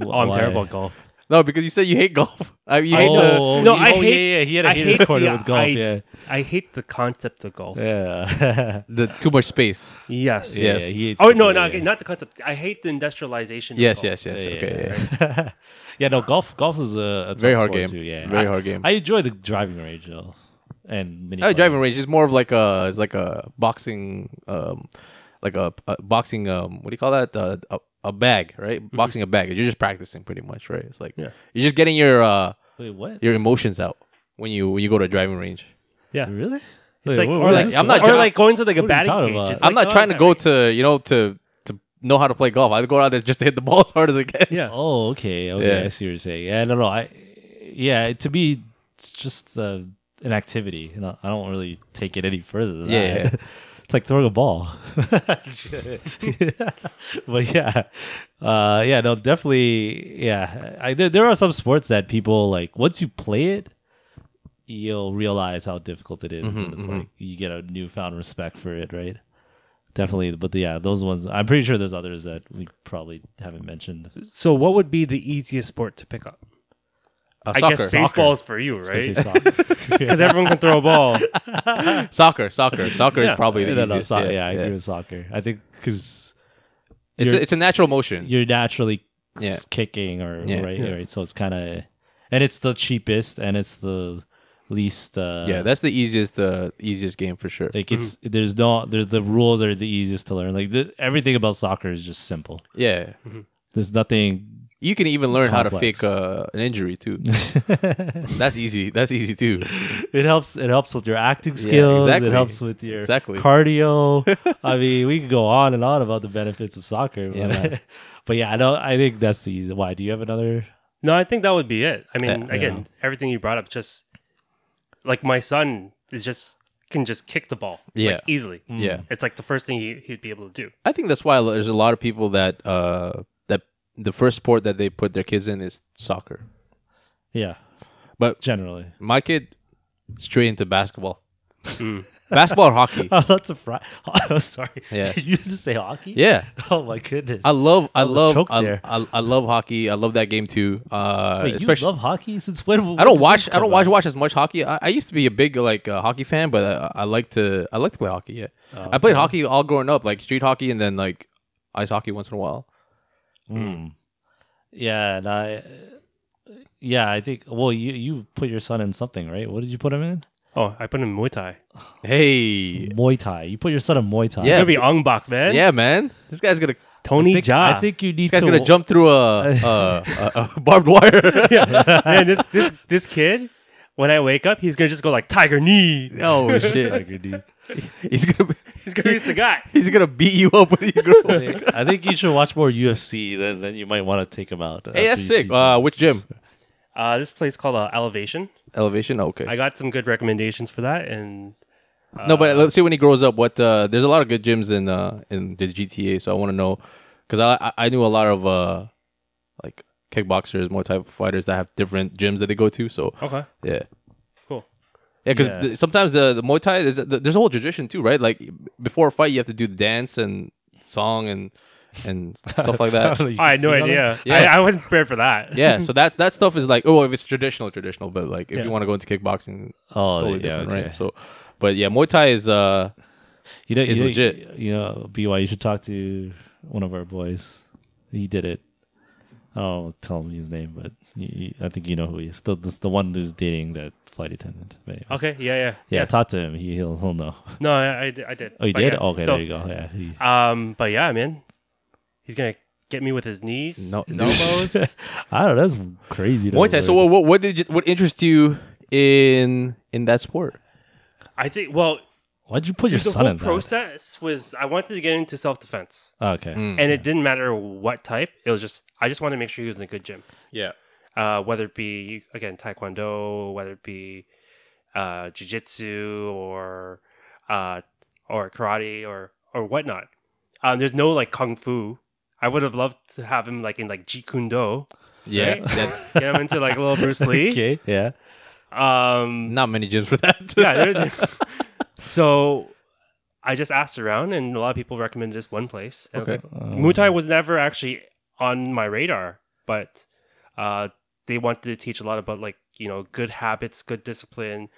Speaker 2: oh, I'm
Speaker 1: why-
Speaker 2: terrible at golf.
Speaker 3: no, because you said you hate golf. I mean, you hate the,
Speaker 1: Oh,
Speaker 2: No,
Speaker 1: no,
Speaker 2: I
Speaker 1: oh,
Speaker 2: hate-
Speaker 1: yeah, yeah, he had a
Speaker 2: I
Speaker 1: haters
Speaker 2: hate
Speaker 1: corner
Speaker 2: the-
Speaker 1: with golf.
Speaker 2: I-
Speaker 1: yeah,
Speaker 2: I hate the concept of golf.
Speaker 1: yeah.
Speaker 3: the too much space.
Speaker 2: Yes.
Speaker 1: Yeah,
Speaker 3: Yes.
Speaker 1: he hates
Speaker 2: Oh
Speaker 1: the-
Speaker 2: no,
Speaker 1: yeah,
Speaker 2: not not the concept. I hate the industrialization. of
Speaker 3: Yes,
Speaker 2: golf.
Speaker 3: yes, yes.
Speaker 1: Oh, yeah,
Speaker 3: okay. Yeah.
Speaker 1: yeah. Yeah, no, golf. Golf is a, a tough
Speaker 3: Very hard
Speaker 1: sport
Speaker 3: game.
Speaker 1: Too, yeah,
Speaker 3: Very
Speaker 1: I-
Speaker 3: hard game. Oh,
Speaker 1: I enjoy the driving range though, and mini.
Speaker 3: Not a
Speaker 1: putt.
Speaker 3: driving range. It's more of like a it's like a boxing um like a, a boxing um what do you call that? Uh, a, a bag, right?
Speaker 1: Mm-hmm.
Speaker 3: Boxing a bag. You're just practicing pretty much, right? It's like
Speaker 2: Yeah.
Speaker 3: you're just getting your uh
Speaker 1: Wait, what?
Speaker 3: your emotions out when you when you go to a driving range.
Speaker 2: Yeah.
Speaker 1: Really? It's
Speaker 2: It's like,
Speaker 1: what,
Speaker 2: or
Speaker 1: what
Speaker 2: like
Speaker 1: is this
Speaker 3: I'm
Speaker 1: called?
Speaker 3: not
Speaker 2: or
Speaker 3: jo-
Speaker 2: like going to like a
Speaker 1: What are you
Speaker 2: batting
Speaker 1: talking
Speaker 2: cage.
Speaker 1: about?
Speaker 2: It's
Speaker 3: I'm
Speaker 2: like,
Speaker 3: not
Speaker 2: oh,
Speaker 3: trying to
Speaker 2: yeah,
Speaker 3: go
Speaker 2: right.
Speaker 3: to you know to to know how to play golf. I go out there just to hit the ball as hard as I can.
Speaker 2: Yeah.
Speaker 1: Oh, okay, okay.
Speaker 3: Yeah.
Speaker 1: I see what you're saying. Yeah, I don't know. I, yeah, to me, it's just uh, an activity. You know, I don't really take it any further than
Speaker 3: Yeah,
Speaker 1: that. It's like throwing a ball. but yeah, uh, yeah, no, definitely, yeah. I, there, there are some sports that people like once you play it, you'll realize how difficult it
Speaker 3: Mm-hmm,
Speaker 1: is, but it's like you get a newfound respect for it, right? Definitely, but yeah, those ones. I'm pretty sure there's others that we probably haven't mentioned.
Speaker 2: So, what would be the easiest sport to pick up?
Speaker 3: Uh,
Speaker 2: I guess baseball is for you,
Speaker 1: I say
Speaker 2: right?
Speaker 1: soccer.
Speaker 2: Because everyone can throw a ball.
Speaker 3: soccer, soccer, soccer is probably the
Speaker 1: No, no,
Speaker 3: easiest.
Speaker 1: so- yeah, I agree with soccer. I think because
Speaker 3: It's
Speaker 1: You're-
Speaker 3: a, it's a natural motion.
Speaker 1: you're naturally
Speaker 3: Yeah.
Speaker 1: s- kicking or
Speaker 3: Yeah.
Speaker 1: right,
Speaker 3: Yeah.
Speaker 1: right. So it's kind of, and it's the cheapest and it's the least. Uh,
Speaker 3: yeah, that's the easiest uh, easiest game for sure.
Speaker 1: like it's there's no there's the rules are the easiest to learn. Like the, everything about soccer is just simple.
Speaker 3: yeah.
Speaker 1: There's nothing.
Speaker 3: You can even learn how to
Speaker 1: Mm-hmm. Complex.
Speaker 3: fake uh, an injury too. that's easy. That's easy too.
Speaker 1: It helps. It helps with your acting skills.
Speaker 3: exactly.
Speaker 1: It helps with your
Speaker 3: Exactly.
Speaker 1: cardio. I mean, we could go on and on about the benefits of soccer. But,
Speaker 3: Yeah.
Speaker 1: but yeah, I don't. I think that's the easy. Why do you have another?
Speaker 2: No, I think that would be it. I mean,
Speaker 3: Yeah.
Speaker 2: again, everything you brought up, just like my son is just can just kick the ball
Speaker 3: Yeah.
Speaker 2: like, easily.
Speaker 1: Mm.
Speaker 3: Yeah.
Speaker 2: It's like the first thing he, he'd be able to do.
Speaker 3: I think that's why there's a lot of people that uh, that the first sport that they put their kids in is soccer.
Speaker 1: Yeah,
Speaker 3: But
Speaker 1: generally.
Speaker 3: my kid straight into basketball, basketball or hockey.
Speaker 1: Oh, that's a fry. Oh, sorry.
Speaker 3: Yeah.
Speaker 1: you just say hockey?
Speaker 3: Yeah,
Speaker 1: Oh my goodness.
Speaker 3: I love I,
Speaker 1: was
Speaker 3: love
Speaker 1: choked
Speaker 3: I,
Speaker 1: there.
Speaker 3: I, I love hockey. I love that game too. Uh,
Speaker 1: Wait, you
Speaker 3: especially
Speaker 1: love hockey? Since when?
Speaker 3: I don't watch I don't watch watch as much hockey. I, I used to be a big like uh, hockey fan, but I, I like to I like to play hockey. Yeah, I played hockey all growing up, like street hockey and then like ice hockey once in a while.
Speaker 1: Yeah, and I. Yeah, I think. Well, you you put your son in something, right? What did you put him in?
Speaker 2: Oh, I put him in Muay Thai.
Speaker 3: Hey,
Speaker 1: Muay Thai. You put your son in Muay Thai.
Speaker 3: Yeah.
Speaker 2: It'll be Ong Bak, man.
Speaker 3: yeah, man, this guy's gonna
Speaker 1: I
Speaker 2: Tony
Speaker 1: think,
Speaker 2: Ja.
Speaker 1: I think you need
Speaker 3: this guy's
Speaker 1: to.
Speaker 3: gonna jump through a, a, a, a barbed wire.
Speaker 2: man, this, this, this kid, when I wake up, he's going to just go like, Tiger Knee.
Speaker 3: oh shit, he's gonna be-
Speaker 2: He's going to use the guy.
Speaker 3: he's gonna beat you up when you grow.
Speaker 1: I think- I think you should watch more UFC. Then then you might want to take him out.
Speaker 3: hey, that's sick. Uh, which gym?
Speaker 2: Uh, this place called uh, Elevation.
Speaker 3: Elevation. Oh, Okay.
Speaker 2: I got some good recommendations for that. And
Speaker 3: no, but let's see when he grows up. What uh, there's a lot of good gyms in uh, in the GTA, so I want to know because I I I knew a lot of uh, like kickboxers, Muay Thai fighters that have different gyms that they go to. So
Speaker 2: okay,
Speaker 3: yeah,
Speaker 2: cool.
Speaker 3: yeah, because
Speaker 1: Yeah.
Speaker 3: sometimes the, the Muay Thai there's a, there's a whole tradition too, right? Like before a fight, you have to do the dance and song and and stuff like that.
Speaker 2: I had no idea.
Speaker 3: Yeah.
Speaker 2: I, I wasn't prepared for that.
Speaker 3: yeah, so that that stuff is like oh, if it's traditional, traditional, but like if
Speaker 1: Yeah.
Speaker 3: you want to go into kickboxing,
Speaker 1: Oh,
Speaker 3: totally
Speaker 1: yeah,
Speaker 3: different,
Speaker 1: okay.
Speaker 3: right? So, but yeah, Muay Thai is uh.
Speaker 1: You know,
Speaker 3: is
Speaker 1: you know,
Speaker 3: legit.
Speaker 1: You know, BY, you should talk to one of our boys. He did it. I don't tell him his name, but you, you- I think you know who he is. The, this, the one who's dating that flight attendant. But anyway.
Speaker 2: Okay, yeah, yeah.
Speaker 1: yeah, talk to him. He, he'll, he'll know.
Speaker 2: No, I, I, did- I did.
Speaker 1: Oh, you
Speaker 2: But
Speaker 1: did?
Speaker 2: yeah,
Speaker 1: Okay,
Speaker 2: so,
Speaker 1: there you go. Yeah. he-
Speaker 2: Um, but yeah, man, he's gonna get me with his knees,
Speaker 3: No-
Speaker 2: his
Speaker 3: no.
Speaker 2: elbows.
Speaker 1: I don't know. That's crazy. that
Speaker 3: Muay Thai. So
Speaker 1: we're-
Speaker 3: what, what what did you, what interests you in in that sport?
Speaker 2: I think. Well,
Speaker 1: Why'd you put your
Speaker 2: the
Speaker 1: son
Speaker 2: whole
Speaker 1: in that?
Speaker 2: process was I wanted to get into self defense,
Speaker 1: Oh, okay.
Speaker 2: and it didn't matter what type. It was just I just wanted to make sure he was in a good gym,
Speaker 3: Yeah.
Speaker 2: uh, whether it be again taekwondo, whether it be uh, jujitsu or uh, or karate or or whatnot. Um, there's no like kung fu. I would have loved to have him like in like jeet kune do.
Speaker 3: Yeah.
Speaker 2: Right?
Speaker 3: That-
Speaker 2: Get him into like a little Bruce Lee.
Speaker 1: Okay. Yeah.
Speaker 2: Um,
Speaker 3: not many gyms for that.
Speaker 2: yeah. there- so I just asked around, and a lot of people recommended this one place. And I was
Speaker 3: Okay.
Speaker 2: like,
Speaker 1: Oh.
Speaker 2: Muay Thai was never actually on my radar, but uh, they wanted to teach a lot about like you know good habits, good discipline,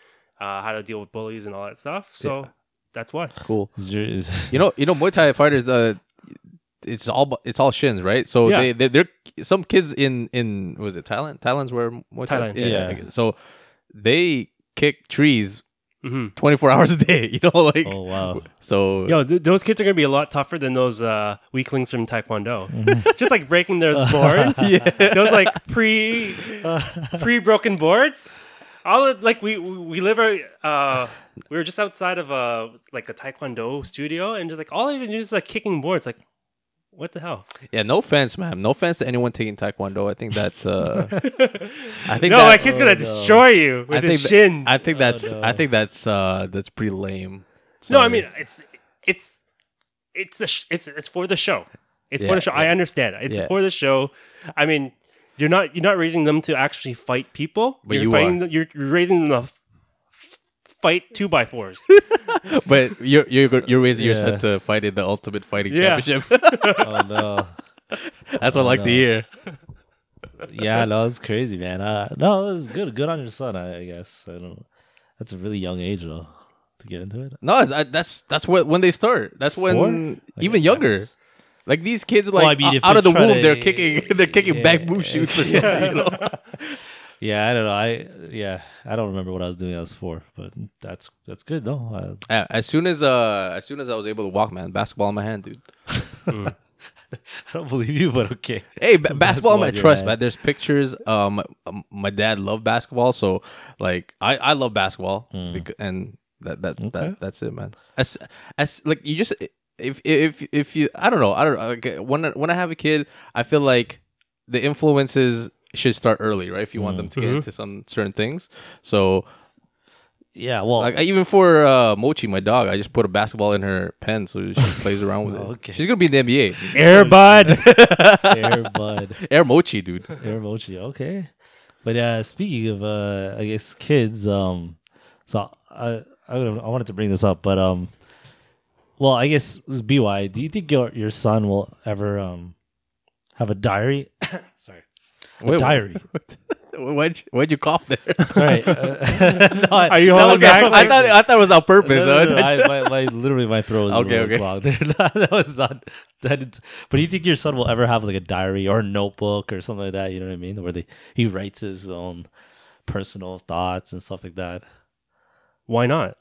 Speaker 2: uh, how to deal with bullies, and all that stuff. So that's why.
Speaker 3: cool.
Speaker 1: Is your, is,
Speaker 3: You know, you know, Muay Thai fighters. Uh, it's all bu- it's all shins, right? So
Speaker 2: Yeah.
Speaker 3: they they they're some kids in in what was it Thailand? Thailand's where Muay Thai.
Speaker 2: Thailand.
Speaker 1: Yeah.
Speaker 3: So they kick trees
Speaker 2: hmm
Speaker 3: twenty four hours a day. You know, like
Speaker 1: oh, wow.
Speaker 3: so.
Speaker 2: Yo, th- those kids are gonna be a lot tougher than those uh, weaklings from Taekwondo. Just like breaking those boards, those like pre pre broken boards. All of, like we we we live our, uh, we were just outside of a like a Taekwondo studio, and just like all I even do is like kicking boards. Like, what the hell?
Speaker 3: Yeah, no offense, ma'am. No offense to anyone taking taekwondo. I think that uh, I think
Speaker 2: no,
Speaker 3: that,
Speaker 2: my kid's gonna destroy you with
Speaker 3: Oh, I
Speaker 2: his
Speaker 3: think tha-
Speaker 2: shins.
Speaker 3: I think that's
Speaker 1: no.
Speaker 3: I think that's uh that's pretty lame.
Speaker 2: no, I
Speaker 3: Sorry.
Speaker 2: mean it's it's it's a sh- it's it's for the show. It's
Speaker 3: Yeah,
Speaker 2: for the show. I understand. It's
Speaker 3: Yeah.
Speaker 2: for the show. I mean, you're not you're not raising them to actually fight people.
Speaker 3: But
Speaker 2: you're
Speaker 3: you
Speaker 2: fighting
Speaker 3: are.
Speaker 2: them- you're you're raising them to f- fight two by fours.
Speaker 3: But you're you're go- you're raising your
Speaker 1: Yeah.
Speaker 3: son to fight in the ultimate fighting
Speaker 2: Yeah.
Speaker 3: championship.
Speaker 1: oh no.
Speaker 3: That's what I like to
Speaker 1: no.
Speaker 3: hear.
Speaker 1: yeah, no, it's crazy, man. Uh, no, it's good. Good on your son, I, I guess. I don't. That's a really young age though to get into it.
Speaker 3: No, it's, I, that's that's what when they start. That's when
Speaker 1: Four? I
Speaker 3: even
Speaker 1: guess
Speaker 3: younger.
Speaker 1: that's-
Speaker 3: Like these kids, like
Speaker 1: Well, I mean,
Speaker 3: o-
Speaker 1: if
Speaker 3: out
Speaker 1: they
Speaker 3: of the
Speaker 1: try
Speaker 3: womb,
Speaker 1: to-
Speaker 3: they're kicking, they're kicking back
Speaker 1: yeah.
Speaker 3: boob shoots or something. You know?
Speaker 1: Yeah, I don't know. I yeah, I don't remember what I was doing. when I was four, but that's that's good though. Uh,
Speaker 3: Yeah, as soon as uh, as soon as I was able to walk, man, basketball in my hand, dude.
Speaker 1: I don't believe you, but okay.
Speaker 3: Hey, ba- basketball,
Speaker 1: Basketball
Speaker 3: man.
Speaker 1: in your
Speaker 3: Trust,
Speaker 1: hand.
Speaker 3: man. There's pictures. Um, um, my dad loved basketball, so like I, I love basketball, bec- and that that,
Speaker 1: Hmm. Okay.
Speaker 3: that that's it, man. As as like you just if if if you I don't know I don't know, like, when I- when I have a kid, I feel like the influences should start early, right? If you want them to get
Speaker 1: Mm-hmm.
Speaker 3: into some certain things, so
Speaker 1: Yeah, well,
Speaker 3: like I- even for uh, Mochi, my dog, I just put a basketball in her pen so she plays around with it.
Speaker 1: Okay.
Speaker 3: She's gonna be in the NBA.
Speaker 1: Airbud, Airbud,
Speaker 3: Air Mochi, dude.
Speaker 1: Air Mochi. Okay, but uh, speaking of, uh, I guess kids. Um, so I I, would- I wanted to bring this up, but um, well, I guess this is by. Do you think your your son will ever um have a diary? Sorry, a
Speaker 3: Wait,
Speaker 1: diary.
Speaker 3: Why'd you, why'd you cough there?
Speaker 1: Sorry, uh, no, I-
Speaker 2: Are you
Speaker 1: that was-
Speaker 2: holding back?
Speaker 1: that was-
Speaker 3: Oh, I thought I thought it was on
Speaker 1: No,
Speaker 3: purpose.
Speaker 1: no, no,
Speaker 3: huh?
Speaker 1: no, I, my, my, literally, my throat is
Speaker 3: Okay,
Speaker 1: okay,
Speaker 3: okay.
Speaker 1: okay. blocked. there. that was not. That is, but do you think your son will ever have like a diary or a notebook or something like that? You know what I mean? Where they, he writes his own personal thoughts and stuff like that.
Speaker 2: Why not?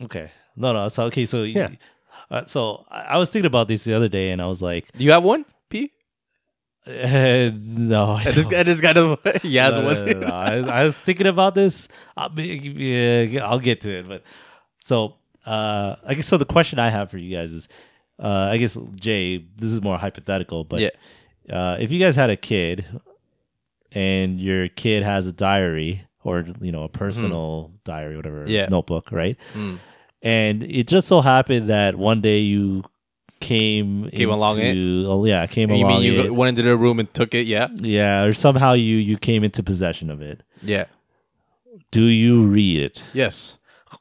Speaker 1: Okay. No, no. So okay. So you-
Speaker 2: Yeah.
Speaker 1: uh, so I, I was thinking about this the other day, and I was like,
Speaker 3: Do you have one? P?
Speaker 1: eh, no. I
Speaker 3: This
Speaker 1: don't.
Speaker 3: guy, this guy, doesn't- he has
Speaker 1: No, no,
Speaker 3: one.
Speaker 1: no, no. I, I was thinking about this. I'll, be, yeah, I'll get to it, but so uh, I guess so. The question I have for you guys is, uh, I guess Jay, this is more hypothetical, but
Speaker 3: Yeah.
Speaker 1: uh, if you guys had a kid and your kid has a diary or you know a personal diary, whatever,
Speaker 3: Hmm. Yeah.
Speaker 1: notebook, right?
Speaker 3: Mm.
Speaker 1: And it just so happened that one day you came
Speaker 3: Came along it?
Speaker 1: into- oh yeah came
Speaker 3: You
Speaker 1: along
Speaker 3: mean you
Speaker 1: it.
Speaker 3: go- went into the room and took it? Yeah,
Speaker 1: yeah or somehow you you came into possession of it
Speaker 3: yeah,
Speaker 1: do you read it?
Speaker 3: yes,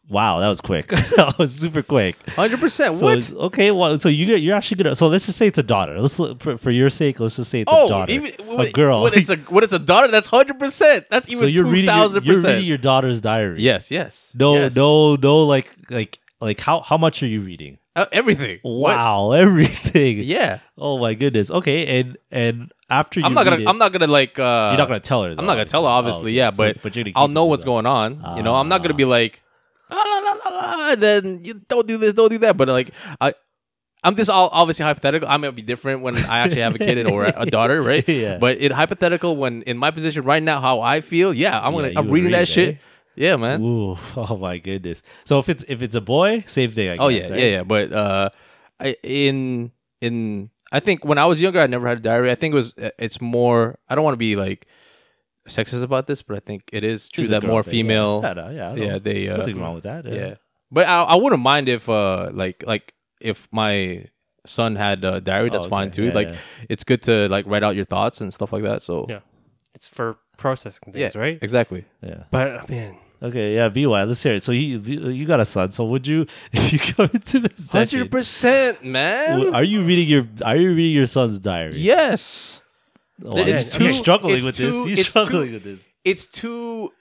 Speaker 1: Wow, that was quick. that was super quick.
Speaker 3: hundred percent.
Speaker 1: So
Speaker 3: What?
Speaker 1: it's- okay, well, so you you're actually gonna. So let's just say it's a daughter. Let's for, for your sake, let's just say it's a
Speaker 3: Oh,
Speaker 1: daughter,
Speaker 3: even,
Speaker 1: a girl.
Speaker 3: What it's a what it's a daughter? That's hundred percent. That's even
Speaker 1: so you're
Speaker 3: two
Speaker 1: reading your,
Speaker 3: thousand
Speaker 1: you're reading
Speaker 3: percent.
Speaker 1: your daughter's diary.
Speaker 3: Yes, yes.
Speaker 1: No,
Speaker 3: yes.
Speaker 1: no, no. Like like like how how much are you reading?
Speaker 3: Uh, everything. What?
Speaker 1: Wow, everything.
Speaker 3: Yeah,
Speaker 1: Oh my goodness. Okay, and and after you
Speaker 3: I'm not
Speaker 1: read
Speaker 3: gonna.
Speaker 1: it,
Speaker 3: I'm not gonna like. Uh,
Speaker 1: you're not gonna tell her. Though, Oh,
Speaker 3: I'm not gonna tell her, obviously. yeah,
Speaker 1: So-
Speaker 3: but,
Speaker 1: you're gonna
Speaker 3: I'll
Speaker 1: keep it
Speaker 3: know
Speaker 1: to
Speaker 3: what's
Speaker 1: yourself.
Speaker 3: going on. you know, I'm not gonna be like, "Ah, la, la, la, la," and then you don't do this, don't do that. But like, I, I'm this all obviously hypothetical. I'm gonna be different when I actually have a kid or a daughter, right?
Speaker 1: Yeah.
Speaker 3: But it hypothetical when in my position right now, how I feel, yeah, I'm
Speaker 1: Yeah,
Speaker 3: gonna,
Speaker 1: you
Speaker 3: I'm
Speaker 1: would
Speaker 3: reading
Speaker 1: read
Speaker 3: that
Speaker 1: it,
Speaker 3: shit.
Speaker 1: eh?
Speaker 3: Yeah, man.
Speaker 1: Ooh, oh my goodness. So if it's if it's a boy, same thing. I
Speaker 3: Oh
Speaker 1: guess,
Speaker 3: yeah,
Speaker 1: right?
Speaker 3: yeah, yeah. But uh, I in in I think when I was younger, I never had a diary. I think it was uh, it's more. I don't want to be like sexist about this, but I think it is true
Speaker 1: It's a
Speaker 3: that
Speaker 1: girl
Speaker 3: more
Speaker 1: thing, yeah.
Speaker 3: female.
Speaker 1: Yeah, no, yeah, I
Speaker 3: yeah,
Speaker 1: don't-
Speaker 3: they uh,
Speaker 1: nothing wrong with that.
Speaker 3: yeah. But I, I wouldn't mind if uh like like if my son had a diary, that's
Speaker 1: Oh,
Speaker 3: fine
Speaker 1: okay.
Speaker 3: too.
Speaker 1: Yeah,
Speaker 3: like
Speaker 1: yeah.
Speaker 3: it's good to like write out your thoughts and stuff like that. So
Speaker 2: Yeah. It's for processing things, right?
Speaker 3: Exactly.
Speaker 1: yeah.
Speaker 2: But man,
Speaker 1: Okay, yeah. BY, let's hear it. So you you got a son. So would you if you come into this session?
Speaker 3: Hundred percent,
Speaker 1: w-
Speaker 3: man.
Speaker 1: Are you reading your Are you reading your son's diary?
Speaker 3: yes.
Speaker 1: Oh,
Speaker 3: It's
Speaker 1: he's
Speaker 3: too-
Speaker 1: struggling
Speaker 3: it's
Speaker 1: with
Speaker 3: too-
Speaker 1: this. He's
Speaker 3: it's
Speaker 1: struggling
Speaker 3: too-
Speaker 1: with this.
Speaker 3: It's too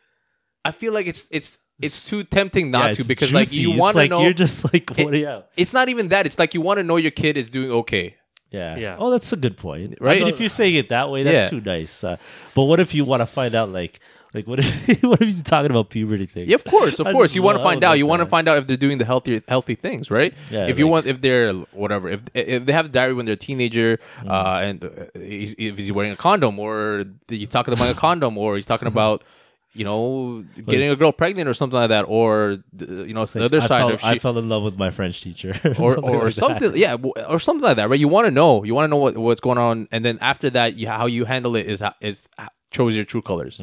Speaker 3: I feel like it's it's it's too tempting
Speaker 1: Yeah,
Speaker 3: not to
Speaker 1: it's
Speaker 3: because like
Speaker 1: juicy.
Speaker 3: you
Speaker 1: It's
Speaker 3: want to
Speaker 1: like
Speaker 3: know
Speaker 1: You're just like what? Yeah,
Speaker 3: it's not even that. It's like you want to know your kid is doing okay.
Speaker 1: yeah,
Speaker 2: Yeah.
Speaker 1: Oh, that's a good point.
Speaker 3: Right?
Speaker 1: I mean, if you're saying it that way, that's
Speaker 3: Yeah.
Speaker 1: too nice. Uh, but what if you want to find out like like what if what if he's talking about puberty things?
Speaker 3: Yeah, of course, of
Speaker 1: I
Speaker 3: course.
Speaker 1: just
Speaker 3: You want to
Speaker 1: love- I
Speaker 3: find
Speaker 1: love
Speaker 3: out. You
Speaker 1: that.
Speaker 3: want to find out if they're doing the healthy, healthy things, right?
Speaker 1: Yeah,
Speaker 3: If you
Speaker 1: like-
Speaker 3: want, if they're whatever, if if they have a diary when they're a teenager,
Speaker 1: Mm.
Speaker 3: uh, and uh, he's, if he's wearing a condom, or you talking about a condom, or he's talking about. You know, getting a girl pregnant or something like that, or uh, you know, it's the other
Speaker 1: I
Speaker 3: side
Speaker 1: fell,
Speaker 3: of she,
Speaker 1: I fell in love with my French teacher,
Speaker 3: or
Speaker 1: something
Speaker 3: or
Speaker 1: like that.
Speaker 3: something, yeah, w- or something like that, right? You want to know, you want to know what, what's going on, and then after that, you, how you handle it is ho- is chose your true colors,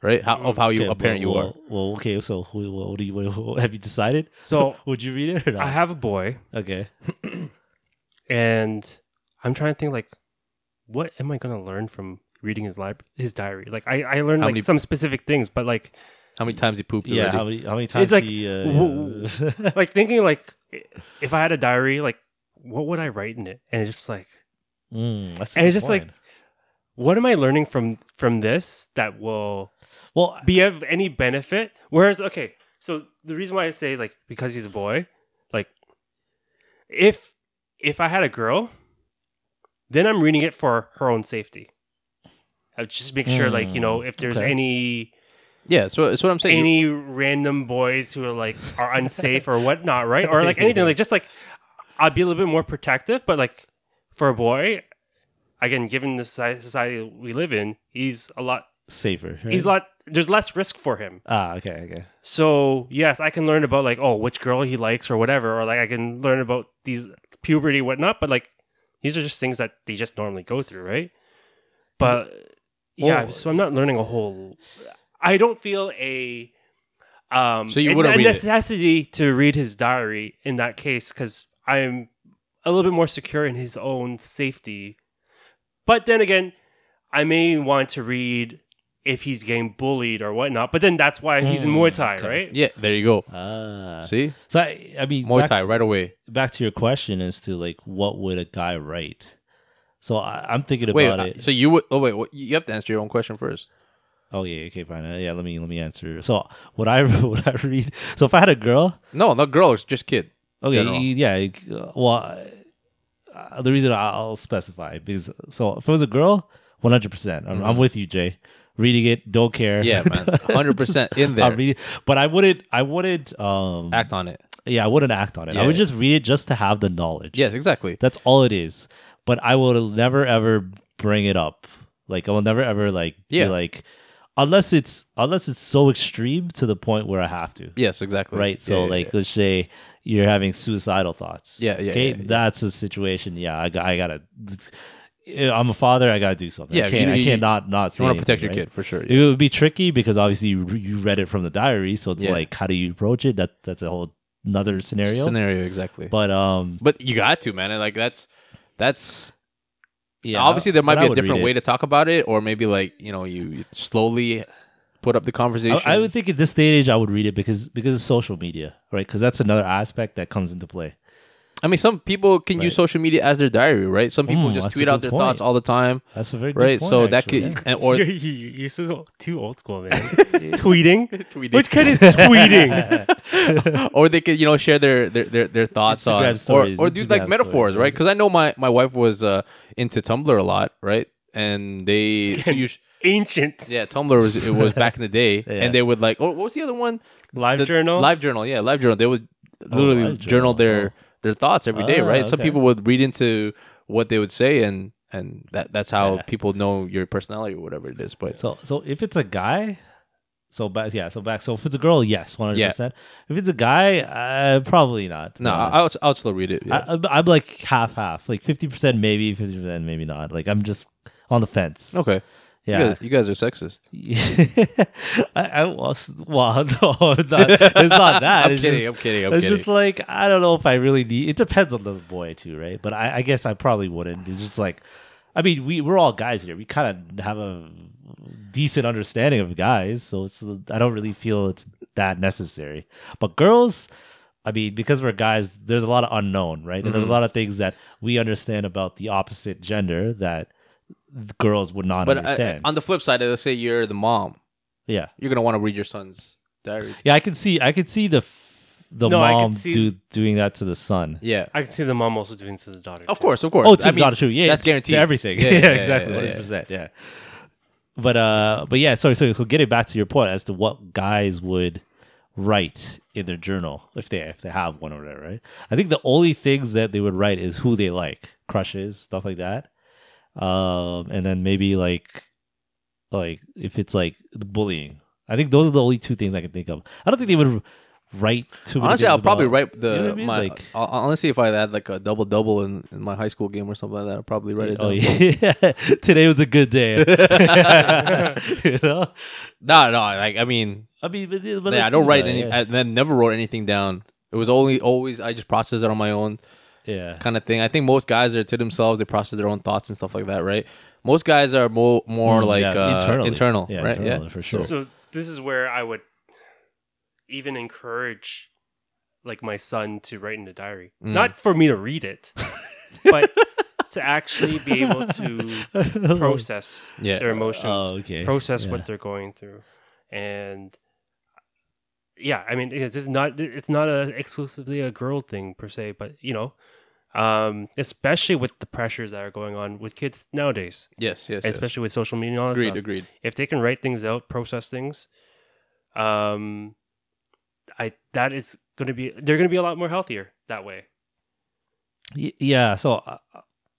Speaker 3: right? How, of how you
Speaker 1: Mm. Okay,
Speaker 3: apparent
Speaker 1: well,
Speaker 3: you are.
Speaker 1: Well, well, okay. So, who, what, what do you what, what- have you decided?
Speaker 2: So-
Speaker 1: would you read it or not?
Speaker 2: I have a boy,
Speaker 1: okay.
Speaker 2: and I'm trying to think like, what am I gonna learn from reading his lib- his diary? Like, I I learned
Speaker 3: How
Speaker 2: like
Speaker 3: many-
Speaker 2: some
Speaker 3: some
Speaker 2: specific things, but like
Speaker 3: How many times he pooped
Speaker 1: Yeah.
Speaker 3: already?
Speaker 1: How many how many times?
Speaker 2: like,
Speaker 1: he, uh,
Speaker 2: wh-
Speaker 1: yeah.
Speaker 2: like thinking like if I had a diary, like what would I write in it? And it's just like,
Speaker 1: Mm, that's a
Speaker 2: and
Speaker 1: good
Speaker 2: it's just
Speaker 1: point.
Speaker 2: like, what am I learning from from this that will
Speaker 1: well,
Speaker 2: be of any benefit? Whereas, okay, so the reason why I say like because he's a boy, like if if I had a girl, then I'm reading it for her own safety. I would just make sure, like you know, if there's
Speaker 1: okay.
Speaker 2: any
Speaker 3: yeah, so that's what I'm saying.
Speaker 2: any random boys who are like are unsafe or whatnot, right? Or like anything, like just like I'd be a little bit more protective, but like for a boy, again, given the soci- society we live in, he's a lot.
Speaker 1: safer.
Speaker 2: He's a
Speaker 1: right?
Speaker 2: lot. There's less risk for him.
Speaker 1: ah okay okay.
Speaker 2: So yes, I can learn about like oh which girl he likes or whatever, or like I can learn about these puberty whatnot. But like these are just things that they just normally go through, right? But yeah,
Speaker 1: Well-
Speaker 2: so I'm not learning a whole. I don't feel a um
Speaker 3: So you
Speaker 2: a-
Speaker 3: wouldn't
Speaker 2: a
Speaker 3: read it?
Speaker 2: necessity to read his diary in that case because I'm a little bit more secure in his own safety. But then again, I may want to read if he's getting bullied or whatnot. But then that's why he's
Speaker 3: Hmm.
Speaker 2: in Muay Thai, right?
Speaker 3: yeah, there you go.
Speaker 1: Ah.
Speaker 3: See,
Speaker 1: So I, I mean,
Speaker 3: Muay
Speaker 1: back,
Speaker 3: Thai right away.
Speaker 1: back to your question as to like what would a guy write. So I, I'm thinking
Speaker 3: Wait,
Speaker 1: about
Speaker 3: uh,
Speaker 1: it.
Speaker 3: so you would? Oh wait, what, you have to answer your own question first.
Speaker 1: oh yeah, okay, fine. Uh, Yeah, let me let me answer. So would I would I read? So if I had a girl,
Speaker 3: No, not girls, just kid.
Speaker 1: okay,
Speaker 3: General.
Speaker 1: yeah. like, uh, Well, uh, the reason I- I'll specify because so if it was a girl, 100. percent I'm I'm with you, Jay. Reading it, don't care.
Speaker 3: Mm-hmm. Yeah, man, hundred percent in there.
Speaker 1: I read, it, but I wouldn't. I wouldn't. Um,
Speaker 3: Act on it.
Speaker 1: yeah, I wouldn't act on it. I
Speaker 3: Yeah.
Speaker 1: would just read it just to have the knowledge.
Speaker 3: Yes, exactly.
Speaker 1: That's all it is. But I will never ever bring it up. Like I will never ever like
Speaker 3: Yeah.
Speaker 1: be like unless it's unless it's so extreme to the point where I have to.
Speaker 3: Yes, exactly.
Speaker 1: Right? So
Speaker 3: Yeah, yeah,
Speaker 1: like
Speaker 3: yeah.
Speaker 1: let's say you're having suicidal thoughts.
Speaker 3: Yeah, yeah,
Speaker 1: Okay?
Speaker 3: yeah, yeah.
Speaker 1: That's a situation. Yeah, I got I gotta uh, I'm a father, I gotta do something.
Speaker 3: Yeah,
Speaker 1: I can't
Speaker 3: you-
Speaker 1: I
Speaker 3: you-
Speaker 1: can't not not say
Speaker 3: you want to protect your
Speaker 1: anything, right?
Speaker 3: kid for sure.
Speaker 1: It would be tricky because obviously you, you read it from the diary, so it's
Speaker 3: Yeah.
Speaker 1: like how do you approach it? That that's a whole another scenario.
Speaker 3: Scenario exactly. But,
Speaker 1: But um
Speaker 3: you got to man, and, like that's that's
Speaker 1: yeah,
Speaker 3: obviously there
Speaker 1: but
Speaker 3: might
Speaker 1: I
Speaker 3: be a
Speaker 1: would read
Speaker 3: different
Speaker 1: it.
Speaker 3: way to talk about it, or maybe like you know you you slowly put up the conversation.
Speaker 1: I, I would think at this day and age I would read it because because of social media, right? Because that's another aspect that comes into play.
Speaker 3: I mean, some people can use
Speaker 1: Right.
Speaker 3: social media as their diary, right? Some people
Speaker 1: Mm,
Speaker 3: just
Speaker 1: that's a
Speaker 3: tweet out
Speaker 1: good
Speaker 3: their
Speaker 1: point.
Speaker 3: thoughts all the time,
Speaker 1: That's a very good
Speaker 3: right?
Speaker 1: point,
Speaker 3: so that
Speaker 1: actually, yeah.
Speaker 3: could and, or
Speaker 2: you're, you, you're so too old school, man. tweeting?
Speaker 3: Tweeting.
Speaker 2: Which kid is tweeting?
Speaker 3: or they could you know share their their their, their thoughts
Speaker 1: Instagram
Speaker 3: on
Speaker 1: stories,
Speaker 3: or, or do like
Speaker 1: Instagram
Speaker 3: metaphors
Speaker 1: stories,
Speaker 3: right
Speaker 1: right?
Speaker 3: because i know my my wife was uh into tumblr a lot right and they so you sh-
Speaker 2: Ancient.
Speaker 3: yeah tumblr was it was back in the day and they would like oh what was the other one
Speaker 2: Live
Speaker 3: The-
Speaker 2: journal.
Speaker 3: live journal yeah live journal they would literally
Speaker 1: Oh, Live
Speaker 3: journal
Speaker 1: Journal,
Speaker 3: their their thoughts every day
Speaker 1: Ah,
Speaker 3: right some
Speaker 1: okay.
Speaker 3: people would read into what they would say and and that that's how
Speaker 1: Yeah.
Speaker 3: people know your personality or whatever it is but
Speaker 1: So so if it's a guy, so back yeah, so back. So if it's a girl, yes, one hundred percent. If it's a guy, uh, probably not. to be
Speaker 3: no I,
Speaker 1: honest.
Speaker 3: I'll, I'll still read it yeah.
Speaker 1: I, uh, I'm- I'm like half half, like fifty percent maybe, fifty percent maybe not. Like I'm just on the fence.
Speaker 3: okay
Speaker 1: Yeah.
Speaker 3: you guys, you guys are sexist
Speaker 1: I, I was well, no, it's not, it's not that.
Speaker 3: I'm
Speaker 1: it's
Speaker 3: kidding,
Speaker 1: just-
Speaker 3: I'm kidding, I'm
Speaker 1: it's
Speaker 3: kidding.
Speaker 1: just like I don't know if I really need. It depends on the boy too, right? But I, I guess I probably wouldn't. It's just like, I mean, we we're all guys here. We kind of have a decent understanding of guys, so it's I don't really feel it's that necessary. But girls. I mean, because we're guys, there's a lot of unknown, right? And there's
Speaker 3: Mm-hmm.
Speaker 1: a lot of things that we understand about the opposite gender that the girls would not
Speaker 3: but uh,
Speaker 1: understand.
Speaker 3: on the flip side let's say you're the mom
Speaker 1: yeah.
Speaker 3: you're gonna want to read your son's diary.
Speaker 1: Yeah, I can see. I could see the f- the
Speaker 2: No, I could
Speaker 1: mom
Speaker 2: see-
Speaker 1: do doing that to the son.
Speaker 3: Yeah,
Speaker 2: I can see the mom also doing to the daughter.
Speaker 3: of
Speaker 2: too.
Speaker 3: course, of course.
Speaker 1: Oh, to
Speaker 3: I
Speaker 1: the daughter too. Yeah,
Speaker 3: that's
Speaker 1: it's- to
Speaker 3: guaranteed.
Speaker 1: everything. Yeah, exactly.
Speaker 3: yeah,
Speaker 1: One
Speaker 3: yeah.
Speaker 1: hundred percent. Yeah. But uh, but yeah. Sorry, sorry. So getting back to your point as to what guys would write in their journal if they if they have one or whatever. Right. I think the only things that they would write is who they like, crushes, stuff like that. Um, and then maybe like like if it's like bullying. I think those are the only two things I can think of. I don't think they would write too many
Speaker 3: Honestly,
Speaker 1: things
Speaker 3: I'll probably
Speaker 1: about- You
Speaker 3: write
Speaker 1: know what I
Speaker 3: the
Speaker 1: mean?
Speaker 3: my.
Speaker 1: Like-
Speaker 3: I'll, I'll honestly, if I had like a double double in, in my high school game or something like that, I'll probably write it.
Speaker 1: Oh
Speaker 3: down.
Speaker 1: yeah, today was a good day. you know,
Speaker 3: No, no. Like I mean,
Speaker 1: I mean, but, but
Speaker 3: yeah, I
Speaker 1: think
Speaker 3: don't write
Speaker 1: about
Speaker 3: any.
Speaker 1: it,
Speaker 3: I then never wrote anything down. It was only always I just process it on my own
Speaker 1: Yeah,
Speaker 3: kind of thing. I think most guys are to themselves. They process their own thoughts and stuff like that, right? Most guys are more more
Speaker 1: Mm,
Speaker 3: like
Speaker 1: yeah,
Speaker 3: uh,
Speaker 1: internally.
Speaker 3: internal,
Speaker 1: Yeah,
Speaker 3: right?
Speaker 1: internally,
Speaker 3: yeah,
Speaker 1: for sure.
Speaker 2: So this is where I would even encourage like my son to write in the diary.
Speaker 3: Mm.
Speaker 2: Not for me to read it, but to actually be able to process
Speaker 3: Yeah.
Speaker 2: their emotions,
Speaker 1: Oh, okay.
Speaker 2: process
Speaker 1: Yeah.
Speaker 2: what they're going through. And yeah, I mean it's it's not it's not a, exclusively a girl thing per se, but you know, um, especially with the pressures that are going on with kids nowadays,
Speaker 3: Yes, yes, yes.
Speaker 2: especially with social media and all that
Speaker 3: agreed,
Speaker 2: stuff
Speaker 3: agreed.
Speaker 2: if they can write things out, process things, um, I that is going to be they're going to be a lot more healthier that way.
Speaker 1: Y- yeah. So, uh,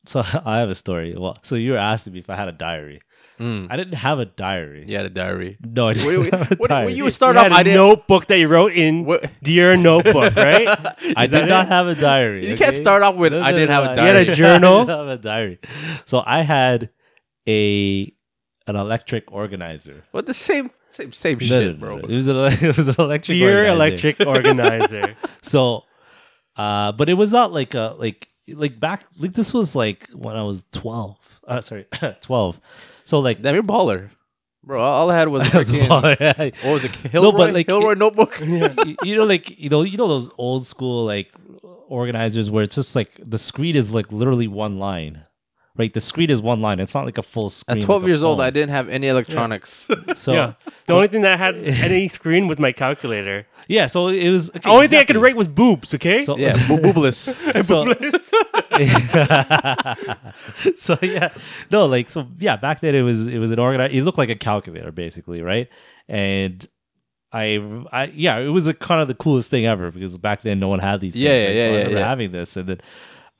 Speaker 1: so I have a story. Well, so you were asking me if I had a diary.
Speaker 3: Mm.
Speaker 1: I didn't have a diary.
Speaker 3: Yeah, the diary.
Speaker 1: No, I didn't
Speaker 3: Wait, wait,
Speaker 1: have a
Speaker 3: what-
Speaker 1: diary.
Speaker 3: what you- Start
Speaker 2: you
Speaker 3: off,
Speaker 2: had
Speaker 3: I
Speaker 2: a
Speaker 3: didn't-
Speaker 2: notebook that you wrote in
Speaker 3: What-
Speaker 2: dear notebook, right?
Speaker 1: I
Speaker 2: that
Speaker 1: did not have a diary.
Speaker 3: You can't start off with, "I didn't have a
Speaker 1: You
Speaker 2: diary." You had a journal?
Speaker 1: I didn't have a diary. So I had a an electric organizer.
Speaker 3: What the same same same
Speaker 1: No, no, no, no.
Speaker 3: shit, bro?
Speaker 1: It was an it was an electric
Speaker 2: dear
Speaker 1: organizer.
Speaker 2: electric organizer.
Speaker 1: So, uh, but it was not like a like like back like this was like when I was twelve. Uh, sorry, twelve. So like
Speaker 3: Damn, you're baller, bro. All all I had was
Speaker 1: was
Speaker 3: freaking-
Speaker 1: far- yeah.
Speaker 3: what was it? Hilroy,
Speaker 1: but, like,
Speaker 3: Hilroy
Speaker 1: it-
Speaker 3: notebook.
Speaker 1: Y- you know, like you know, you know those old school like organizers where it's just like the screen is like literally one line. Right, the screen is one line. It's not like a full screen.
Speaker 3: At 12
Speaker 1: like a
Speaker 3: years old,
Speaker 1: phone.
Speaker 3: I didn't have any electronics.
Speaker 1: So
Speaker 2: yeah,
Speaker 1: yeah,
Speaker 2: the only thing that had any screen was my calculator.
Speaker 1: so it was okay,
Speaker 2: The only thing I could
Speaker 1: exactly.
Speaker 2: write was boobs. Okay,
Speaker 1: So,
Speaker 3: yeah, boo- boobless.
Speaker 1: so, so yeah, no, like so yeah. Back then it was it was an organized. It looked like a calculator basically, right? And I, I yeah, it was a, kind of the coolest thing ever because back then no one had these.
Speaker 3: Yeah,
Speaker 1: things, right?
Speaker 3: yeah, yeah,
Speaker 1: So I
Speaker 3: yeah,
Speaker 1: remember
Speaker 3: yeah.
Speaker 1: having this, and then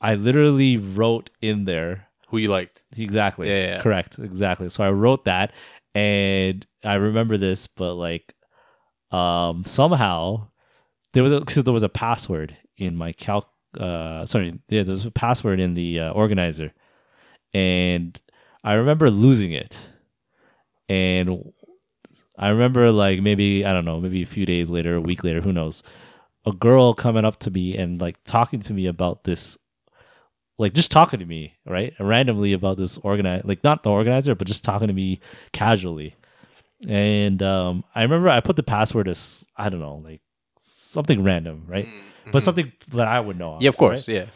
Speaker 1: I literally wrote in there
Speaker 3: Who you liked?
Speaker 1: exactly,
Speaker 3: Yeah, yeah.
Speaker 1: correct, exactly. So I wrote that, and I remember this, but like, um, somehow there was a so there was a password in my calc uh sorry yeah there was a password in the uh, organizer and i remember losing it and i remember like maybe i don't know maybe a few days later a week later who knows a girl coming up to me and like talking to me about this like just talking to me right randomly about this organize like not the organizer but just talking to me casually and um i remember i put the password as i don't know like something random right but something that I would know.
Speaker 3: Mm-hmm. Mm, Yeah, of course. Yeah.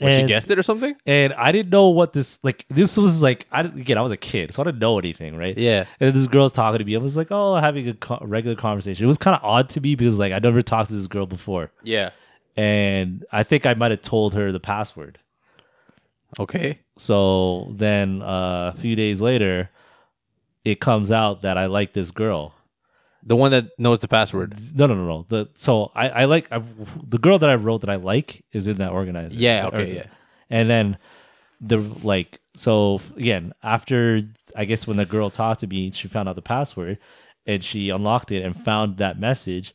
Speaker 3: What,
Speaker 1: And,
Speaker 3: she guessed it or something?
Speaker 1: and I didn't know what this like. This was like I didn't- again I was a kid, so I didn't know anything, right?
Speaker 3: Yeah.
Speaker 1: And this girl's talking to me. I was like, oh, having a co- regular conversation. It was kind of odd to me because like I never talked to this girl before,
Speaker 3: Yeah.
Speaker 1: and I think I might have told her the password.
Speaker 3: Okay.
Speaker 1: So then uh, a few days later, it comes out that I like this girl.
Speaker 3: The one that knows the password.
Speaker 1: No, no, no, no. The so I, I like I, the girl that I wrote that I like is in that organizer.
Speaker 3: Yeah.
Speaker 1: Or-
Speaker 3: Okay. Yeah.
Speaker 1: And then the like so f- again after I guess when the girl talked to me, she found out the password and she unlocked it and found that message.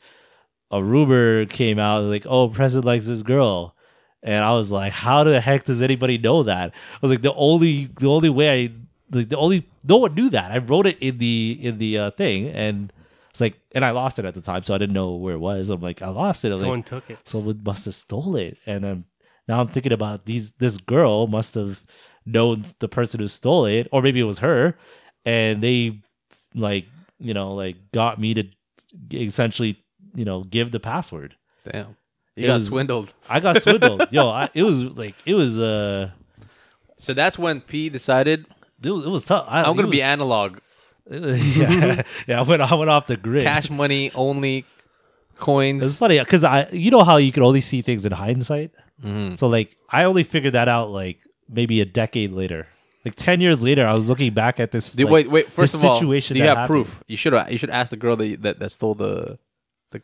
Speaker 1: A rumor came out like, "Oh, President likes this girl." And I was like, "How the heck does anybody know that?" I was like, "The only the only way I like the only no one knew that. I wrote it in the in the uh, thing and it's like and I lost it at the time, so I didn't know where it was. I'm like, "I lost it." I'm like,
Speaker 2: someone took it.
Speaker 1: someone must have stole it and um, now i'm thinking about these this girl must have known the person who stole it or maybe it was her and they like you know like got me to essentially you know give the password
Speaker 3: Damn.
Speaker 1: It
Speaker 3: You got
Speaker 1: was-
Speaker 3: swindled.
Speaker 1: i got swindled yo I, it was like it was uh
Speaker 3: So that's when P decided
Speaker 1: it was, it was tough I,
Speaker 3: I'm
Speaker 1: it
Speaker 3: gonna be
Speaker 1: Oh, was-
Speaker 3: analog,
Speaker 1: yeah, yeah i went i went off the grid
Speaker 3: cash money only,
Speaker 1: It's
Speaker 3: coins.
Speaker 1: funny because I, you know how you can only see things in hindsight.
Speaker 3: Mhm.
Speaker 1: So like, I only figured that out like maybe a decade later, like ten years later. I was looking back at this.
Speaker 3: Dude,
Speaker 1: like,
Speaker 3: wait, wait. First of all, do
Speaker 1: situation
Speaker 3: you
Speaker 1: that
Speaker 3: have
Speaker 1: happened.
Speaker 3: proof? You should you should ask the girl that that, that stole the the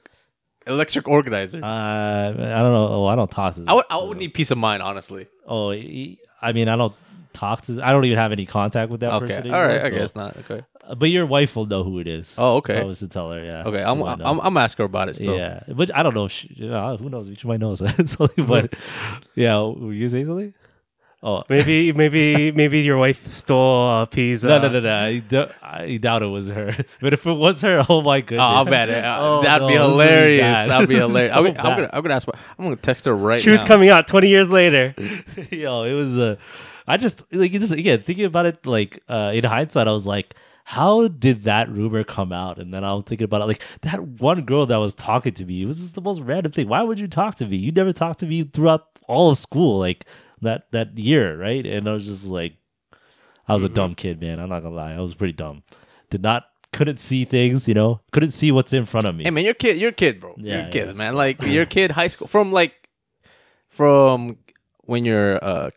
Speaker 3: electric organizer.
Speaker 1: Uh, I don't know. Oh, I don't talk to. Them.
Speaker 3: I would I would need peace of mind, honestly.
Speaker 1: oh, e- I mean, I don't talk to. I don't even have any contact with that
Speaker 3: Okay.
Speaker 1: person.
Speaker 3: All right.
Speaker 1: anymore,
Speaker 3: Okay.
Speaker 1: so,
Speaker 3: It's not okay.
Speaker 1: but your wife will know who it is.
Speaker 3: Oh, okay.
Speaker 1: If I was to tell her, yeah.
Speaker 3: Okay, I'm
Speaker 1: She would
Speaker 3: I'm,
Speaker 1: know.
Speaker 3: I'm gonna ask her about it still.
Speaker 1: yeah, but I don't know. If she, uh, who knows? She might know something. But yeah, were you saying something? Oh
Speaker 2: Maybe, maybe, maybe your wife stole uh, P's.
Speaker 1: no,
Speaker 2: Uh,
Speaker 1: no, no, no! I, dou- I doubt it was her. But if it was her, oh my goodness!
Speaker 3: Oh, I'll bet it. Uh,
Speaker 1: Oh,
Speaker 3: That'd be
Speaker 1: no, this is
Speaker 3: hilarious.
Speaker 1: bad.
Speaker 3: That'd be
Speaker 1: This is
Speaker 3: hilarious.
Speaker 1: so
Speaker 3: I'm, gonna- I'm
Speaker 1: bad.
Speaker 3: gonna I'm gonna ask. her- I'm gonna text her right
Speaker 2: Truth
Speaker 3: now.
Speaker 2: coming out 20 years later.
Speaker 1: Yo, it was Uh, I just like it just again thinking about it like uh, in hindsight, I was like, how did that rumor come out? And then I was thinking about it like that one girl that was talking to me it was just the most random thing. Why would you talk to me? You never talked to me throughout all of school, like that that year, right? And I was just like, I
Speaker 3: Mm-hmm.
Speaker 1: was a dumb kid, man. I'm not gonna lie, I was pretty dumb. Did not couldn't see things, you know, couldn't see what's in front of me.
Speaker 3: Hey man, you're a kid. You're a kid, bro.
Speaker 1: Yeah,
Speaker 3: you're a kid,
Speaker 1: yeah.
Speaker 3: man. Like you're a kid. High school from like from when you're a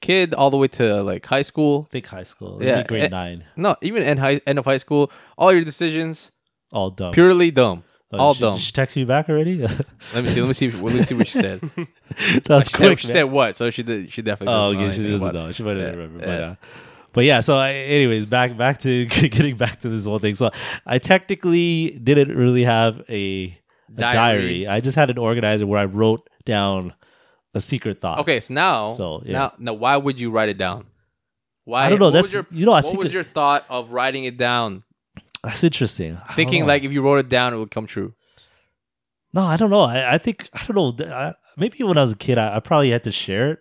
Speaker 3: kid all the way to like high school.
Speaker 1: think high school,
Speaker 3: Yeah,
Speaker 1: yeah, grade
Speaker 3: eh,
Speaker 1: nine,
Speaker 3: No, even end high end of high school. All your decisions
Speaker 1: all dumb,
Speaker 3: purely dumb.
Speaker 1: Oh,
Speaker 3: all
Speaker 1: she,
Speaker 3: dumb.
Speaker 1: She texted you back already.
Speaker 3: Let me see. Let me see. Let me see what she said.
Speaker 1: That's
Speaker 3: She, said-
Speaker 1: quick.
Speaker 3: she
Speaker 1: man.
Speaker 3: said what? So she did. She definitely.
Speaker 1: Oh,
Speaker 3: doesn't know
Speaker 1: okay. She
Speaker 3: anything
Speaker 1: doesn't
Speaker 3: about it.
Speaker 1: know. She might
Speaker 3: Yeah,
Speaker 1: not remember. But,
Speaker 3: yeah.
Speaker 1: uh, but yeah. So, I, anyways, back back to getting back to this whole thing. So, I technically didn't really have a, a diary.
Speaker 3: Diary.
Speaker 1: I just had an organizer where I wrote down a secret thought.
Speaker 3: Okay, so now,
Speaker 1: So, yeah.
Speaker 3: now, now, why would you write it down? Why?
Speaker 1: I don't know.
Speaker 3: what was
Speaker 1: That's
Speaker 3: your,
Speaker 1: you know. I
Speaker 3: what
Speaker 1: think
Speaker 3: was your thought of writing it down,
Speaker 1: that's interesting. I don't
Speaker 3: thinking
Speaker 1: know.
Speaker 3: like if you wrote it down, it would come true.
Speaker 1: no, I don't know. I, I think I don't know. Th- I, maybe when I was a kid, I, I probably had to share it.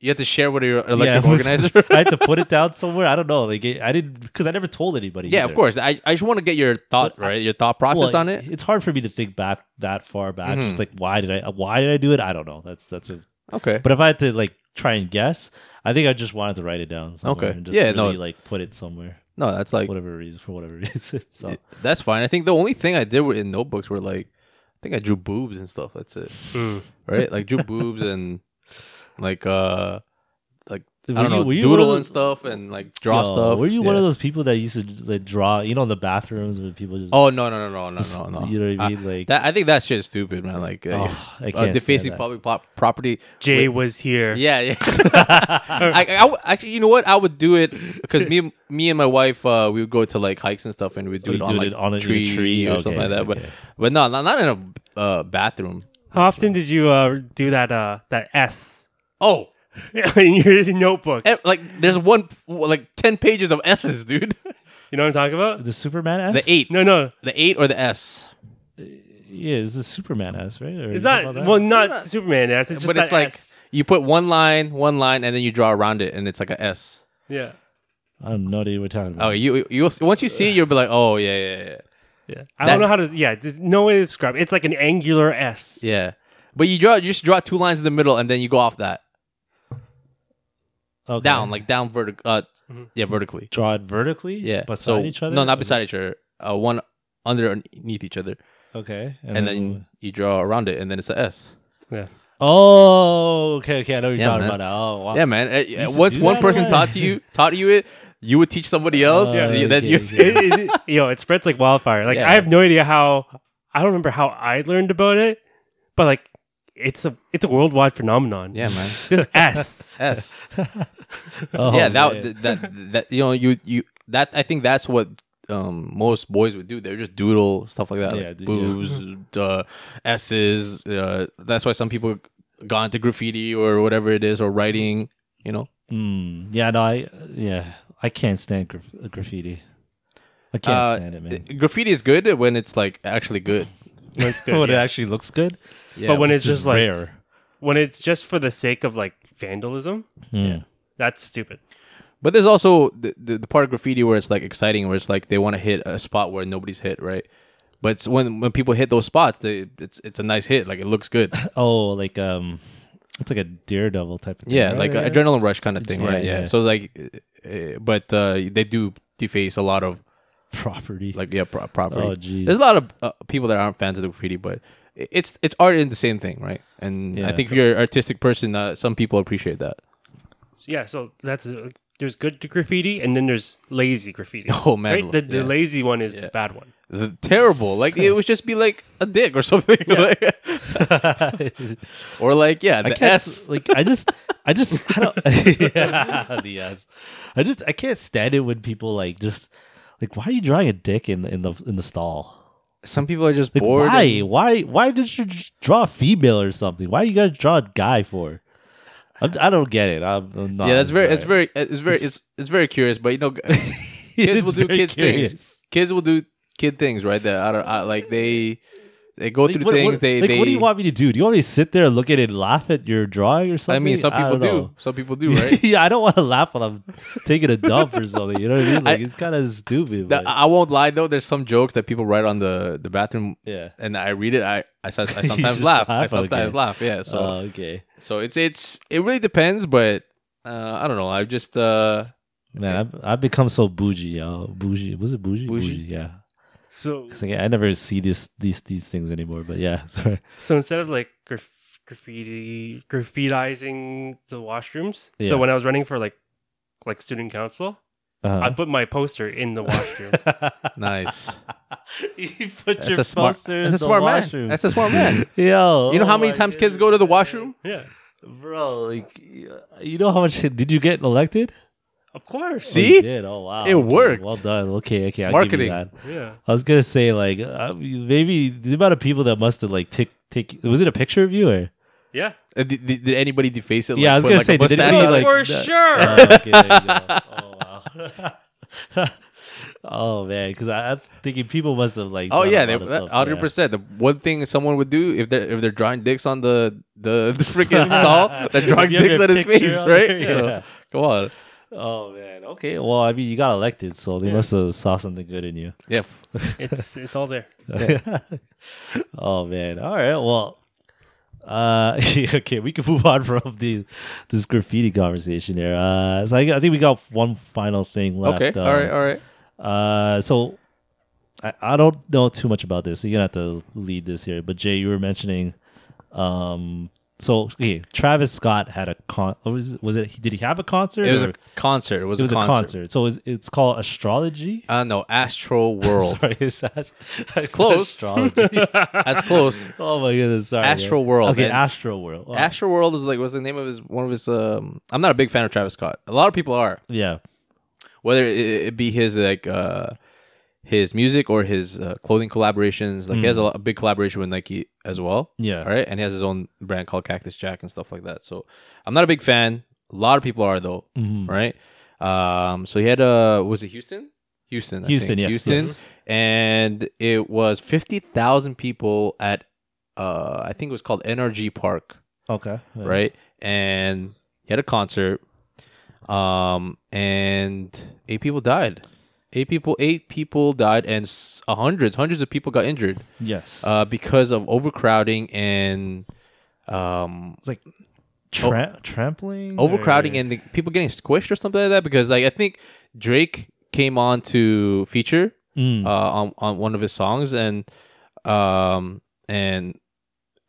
Speaker 3: You have to share with your elective
Speaker 1: Yeah,
Speaker 3: organizer.
Speaker 1: I had to put it down somewhere. I don't know. Like it, I didn't because I never told anybody.
Speaker 3: yeah,
Speaker 1: either.
Speaker 3: of course. I, I just want to get your thought,
Speaker 1: But I-
Speaker 3: right? Your thought process
Speaker 1: Well,
Speaker 3: on it.
Speaker 1: It's hard for me to think back that far back.
Speaker 3: Mhm.
Speaker 1: Just like why did I why did I do it? I don't know. That's that's a
Speaker 3: Okay.
Speaker 1: but if I had to like try and guess, I think I just wanted to write it down. Somewhere
Speaker 3: Okay.
Speaker 1: And just
Speaker 3: Yeah,
Speaker 1: really,
Speaker 3: no.
Speaker 1: like put it somewhere,
Speaker 3: No, that's like
Speaker 1: whatever reason for whatever reason. So
Speaker 3: it- that's fine. I think the only thing I did were in notebooks were like I think I drew boobs and stuff. That's it,
Speaker 2: Mm.
Speaker 3: right? Like drew boobs and like uh like
Speaker 1: Were
Speaker 3: I don't
Speaker 1: you-
Speaker 3: know
Speaker 1: were you one of
Speaker 3: doodle
Speaker 1: those-
Speaker 3: and stuff and like draw
Speaker 1: Yo,
Speaker 3: stuff.
Speaker 1: Were you one
Speaker 3: Yeah.
Speaker 1: of those people that used to like draw? You know, in the bathrooms when people just
Speaker 3: Oh no no no no
Speaker 1: just-
Speaker 3: no no no!
Speaker 1: You know what I mean?
Speaker 3: Uh,
Speaker 1: like
Speaker 3: that, I think that shit's stupid, man. Like uh,
Speaker 1: oh, I
Speaker 3: uh,
Speaker 1: can't
Speaker 3: defacing
Speaker 1: stand
Speaker 3: public pop- property.
Speaker 2: Jay
Speaker 3: Wait.
Speaker 2: was here.
Speaker 3: Yeah, yeah.
Speaker 1: that.
Speaker 3: I, I would- actually, you know what? I would do it because me, me and my wife, uh, we would go to like hikes and stuff, and we'd do
Speaker 1: Oh,
Speaker 3: it
Speaker 1: you
Speaker 3: on
Speaker 1: do
Speaker 3: like
Speaker 1: it on a- in a
Speaker 3: tree,
Speaker 1: tree?
Speaker 3: or
Speaker 1: Okay,
Speaker 3: something like that. But
Speaker 1: okay.
Speaker 3: but no, not, not in a uh, bathroom.
Speaker 2: How often did you uh, do that? Uh, that S
Speaker 3: Oh,
Speaker 2: in your notebook.
Speaker 3: eh, like there's one like ten pages of S's, dude.
Speaker 2: You know what I'm talking about?
Speaker 1: the Superman S.
Speaker 3: The eight,
Speaker 2: No, no,
Speaker 3: the eight or the S.
Speaker 1: Yeah, it's the Superman S, right? Or
Speaker 2: it's
Speaker 1: you
Speaker 2: not.
Speaker 1: talking about
Speaker 2: Well,
Speaker 1: that?
Speaker 2: not Superman S. It's just
Speaker 3: but it's
Speaker 2: that
Speaker 3: like
Speaker 2: S.
Speaker 3: you put one line, one line, and then you draw around it, and it's like a S.
Speaker 2: yeah.
Speaker 1: I don't know what you were talking about.
Speaker 3: Oh, you you once you see, it, you'll be like, oh yeah yeah yeah.
Speaker 2: Yeah. I
Speaker 3: That-
Speaker 2: don't know how to. Yeah, there's no way to describe. It. It's like an angular S.
Speaker 3: Yeah. But you draw you just draw two lines in the middle and then you go off that.
Speaker 1: Okay.
Speaker 3: Down, like down vertic uh
Speaker 1: Mm-hmm.
Speaker 2: Mhm.
Speaker 3: yeah, vertically.
Speaker 1: draw it vertically.
Speaker 3: Yeah.
Speaker 1: beside
Speaker 3: so,
Speaker 1: each other.
Speaker 3: No, not beside each other. Uh one underneath each other.
Speaker 1: Okay,
Speaker 3: And, then you draw around it and then it's a S.
Speaker 2: Yeah.
Speaker 1: oh, okay, okay, I know what you're
Speaker 3: Yeah,
Speaker 1: talking
Speaker 3: man.
Speaker 1: about now. Oh, wow.
Speaker 3: Yeah, man. Uh,
Speaker 1: used to
Speaker 3: once
Speaker 1: do
Speaker 3: one
Speaker 1: that?
Speaker 3: person
Speaker 1: Yeah.
Speaker 3: taught you taught you it, you would teach somebody else.
Speaker 1: Oh,
Speaker 3: you- then
Speaker 1: okay,
Speaker 3: you
Speaker 1: okay.
Speaker 2: it, it, it- yo, it spreads like wildfire. Like
Speaker 3: Yeah.
Speaker 2: I have no idea how. I don't remember how I learned about it, but like it's a it's a worldwide phenomenon.
Speaker 3: Yeah, man.
Speaker 2: This S.
Speaker 3: S.
Speaker 1: Oh,
Speaker 3: yeah, that,
Speaker 1: man.
Speaker 3: th- that that you know, you you that I think that's what um most boys would do. They would just doodle stuff like that.
Speaker 1: Yeah,
Speaker 3: like
Speaker 1: d- yeah.
Speaker 3: boobs, uh, S's. Uh, that's why some people gone into graffiti or whatever it is or writing, you know.
Speaker 1: Mm, yeah, no, I yeah, I can't stand graf- uh, graffiti. I can't
Speaker 3: Uh,
Speaker 1: stand it, man.
Speaker 3: Uh, Graffiti is good when it's like actually good.
Speaker 2: That's good,
Speaker 1: when
Speaker 2: yeah.
Speaker 1: it actually looks good,
Speaker 3: Yeah,
Speaker 2: but when it's,
Speaker 1: which is
Speaker 2: just like
Speaker 1: rare.
Speaker 2: when it's just for the sake of like vandalism,
Speaker 1: Mm.
Speaker 2: that's stupid.
Speaker 3: but there's also the, the the part of graffiti where it's like exciting where it's like they want to hit a spot where nobody's hit, right? But it's when when people hit those spots, they it's it's a nice hit, like it looks good.
Speaker 1: Oh, like um, it's like a daredevil type of thing.
Speaker 3: yeah
Speaker 1: right?
Speaker 3: like
Speaker 1: I
Speaker 3: a
Speaker 1: guess?
Speaker 3: adrenaline rush kind of thing right
Speaker 1: Yeah,
Speaker 3: yeah,
Speaker 1: yeah.
Speaker 3: so like uh, uh, but uh, they do deface a lot of
Speaker 1: property.
Speaker 3: like yeah pro- property
Speaker 1: Oh, jeez.
Speaker 3: there's a lot of uh, people that aren't fans of the graffiti but i- it's it's art in the same thing right and i
Speaker 1: Yeah.
Speaker 3: think if you're an artistic person uh, some people appreciate that
Speaker 2: So, yeah, so that's uh, there's good graffiti and then there's lazy graffiti.
Speaker 3: Oh, man,
Speaker 2: right? the, the
Speaker 3: yeah.
Speaker 2: lazy one is
Speaker 3: Yeah.
Speaker 2: the bad one.
Speaker 3: th- terrible. Like it would just be like a dick or something, Like- or like yeah,
Speaker 1: I
Speaker 3: the
Speaker 1: can't
Speaker 3: S.
Speaker 1: like I just I just I don't yeah, the S. I just I can't stand it when people like just like why are you drawing a dick in the in the in the stall?
Speaker 3: Some people are just
Speaker 1: Like
Speaker 3: bored.
Speaker 1: why?
Speaker 3: and-
Speaker 1: Why why did you just draw a female or something? Why you gotta draw a guy for? I'm, I don't get it. I'm, I'm not.
Speaker 3: yeah, that's very, it's
Speaker 1: sorry.
Speaker 3: very, it's very, it's it's very curious. But you know, kids will
Speaker 1: It's
Speaker 3: do
Speaker 1: very
Speaker 3: kids
Speaker 1: curious.
Speaker 3: things. Kids will do kid things, right? That I don't I, like. They they go through
Speaker 1: Like, what,
Speaker 3: things.
Speaker 1: what-
Speaker 3: they
Speaker 1: like,
Speaker 3: they.
Speaker 1: what do you want me to do? Do you want me to sit there and look at it, and laugh at your drawing or
Speaker 3: I
Speaker 1: something?
Speaker 3: mean, some people
Speaker 1: don't
Speaker 3: do.
Speaker 1: know.
Speaker 3: Some people do, right?
Speaker 1: yeah, I don't want to laugh when I'm taking a dump or something. You know what I mean? Like
Speaker 3: I-
Speaker 1: it's kind of stupid.
Speaker 3: That-
Speaker 1: like-
Speaker 3: I won't lie though. There's some jokes that people write on the the bathroom.
Speaker 1: Yeah.
Speaker 3: And I read it. I I, so- I
Speaker 1: You
Speaker 3: sometimes
Speaker 1: just
Speaker 3: laugh. I
Speaker 1: laugh,
Speaker 3: sometimes
Speaker 1: okay.
Speaker 3: laugh. Yeah. So
Speaker 1: Oh, okay.
Speaker 3: so it's it's it really depends, but uh, I don't know. I just uh
Speaker 1: Man, I've, I've become so bougie, yo. Bougie. Was it bougie?
Speaker 3: Bougie?
Speaker 1: yeah.
Speaker 2: So
Speaker 1: 'Cause, like, I never see this, these these things anymore, but yeah. Sorry.
Speaker 2: So instead of like graf- graffiti graffitizing the washrooms,
Speaker 1: Yeah.
Speaker 2: so when I was running for like like student council, I
Speaker 1: Uh-huh.
Speaker 2: put my poster in the washroom.
Speaker 3: nice.
Speaker 1: you put
Speaker 3: That's a smart. That's a smart man. That's a smart man.
Speaker 1: Yo.
Speaker 3: You know
Speaker 1: oh
Speaker 3: how many
Speaker 1: my
Speaker 3: times kids go to the washroom?
Speaker 2: yeah,
Speaker 1: goodness. Bro, like, you know how much. Did you get elected?
Speaker 2: of course.
Speaker 1: Oh, you
Speaker 3: See?
Speaker 1: did. Oh, wow.
Speaker 3: It
Speaker 1: Okay,
Speaker 3: worked.
Speaker 1: Well done. Okay, okay. I'll Give
Speaker 3: Marketing.
Speaker 1: you that.
Speaker 2: Yeah,
Speaker 1: I was gonna say like uh, maybe the amount of people that must have like take take was it a picture of you or
Speaker 2: yeah.
Speaker 3: Uh, did, did, did anybody deface it?
Speaker 1: Yeah, I was
Speaker 3: put,
Speaker 1: gonna
Speaker 3: a
Speaker 1: say, did
Speaker 3: mustache
Speaker 1: anybody,
Speaker 3: on it?
Speaker 1: like,
Speaker 2: for
Speaker 1: that-
Speaker 2: sure.
Speaker 1: oh, okay, there you go. oh wow oh man because I'm thinking people must have like
Speaker 3: Oh
Speaker 1: done a
Speaker 3: yeah,
Speaker 1: lot of stuff,
Speaker 3: hundred
Speaker 1: yeah.
Speaker 3: percent. The one thing someone would do if they're if they're drawing dicks on the the, the freaking stall, they're
Speaker 1: If
Speaker 3: drawing
Speaker 1: you have
Speaker 3: dicks
Speaker 1: your
Speaker 3: on his
Speaker 1: picture
Speaker 3: face,
Speaker 1: on
Speaker 3: right?
Speaker 1: there, yeah.
Speaker 3: So, come on,
Speaker 1: oh man okay well I mean you got elected so they must have saw something good in you
Speaker 3: yeah.
Speaker 1: uh,
Speaker 2: It's it's all there.
Speaker 1: oh man all right well uh okay we can move on from the this graffiti conversation here uh so I, I think we got one final thing left
Speaker 3: Okay,
Speaker 1: um,
Speaker 3: all right, all right.
Speaker 1: Uh, so I, I don't know too much about this, so you're gonna have to lead this here. But Jay, you were mentioning, um, so okay, Travis Scott had a con. what Was it, was it? Did he have a concert?
Speaker 3: It was
Speaker 1: or-
Speaker 3: a concert. It was,
Speaker 1: it was
Speaker 3: a concert.
Speaker 1: So it's, it's called astrology.
Speaker 3: I don't know. Astro World.
Speaker 1: Sorry, it's, ast- I said
Speaker 3: close.
Speaker 1: Astrology.
Speaker 3: That's close.
Speaker 1: oh my goodness, sorry.
Speaker 3: Astro
Speaker 1: man.
Speaker 3: World,
Speaker 1: Okay,
Speaker 3: man.
Speaker 1: Astro World. Oh,
Speaker 3: Astro World is like what's the name of his one of his. Um, I'm not a big fan of Travis Scott. A lot of people are.
Speaker 1: yeah.
Speaker 3: whether it, it be his like uh his music or his uh, clothing collaborations like he has a, lo- a big collaboration with nike as well
Speaker 1: Mm. Yeah.
Speaker 3: all right and he has his own brand called cactus jack and stuff like that so i'm not a big fan a lot of people are though
Speaker 1: Mm. Mm-hmm.
Speaker 3: right um so he had a was it houston houston I
Speaker 1: Houston,
Speaker 3: think.
Speaker 1: yes, Mm-hmm.
Speaker 3: houston
Speaker 1: yes.
Speaker 3: and it was 50000 people at uh i think it was called nrg park
Speaker 1: Okay. yeah.
Speaker 3: right? And he had a concert, um, and eight people died. Eight people, eight people died, and s- uh, hundreds, hundreds of people got injured
Speaker 1: Yes.
Speaker 3: uh, because of overcrowding and um,
Speaker 1: it's like tra- trampling.
Speaker 3: overcrowding
Speaker 1: or-
Speaker 3: and the people getting squished or something like that. Because like I think Drake came on to feature
Speaker 1: Mm.
Speaker 3: uh, on on one of his songs, and um, and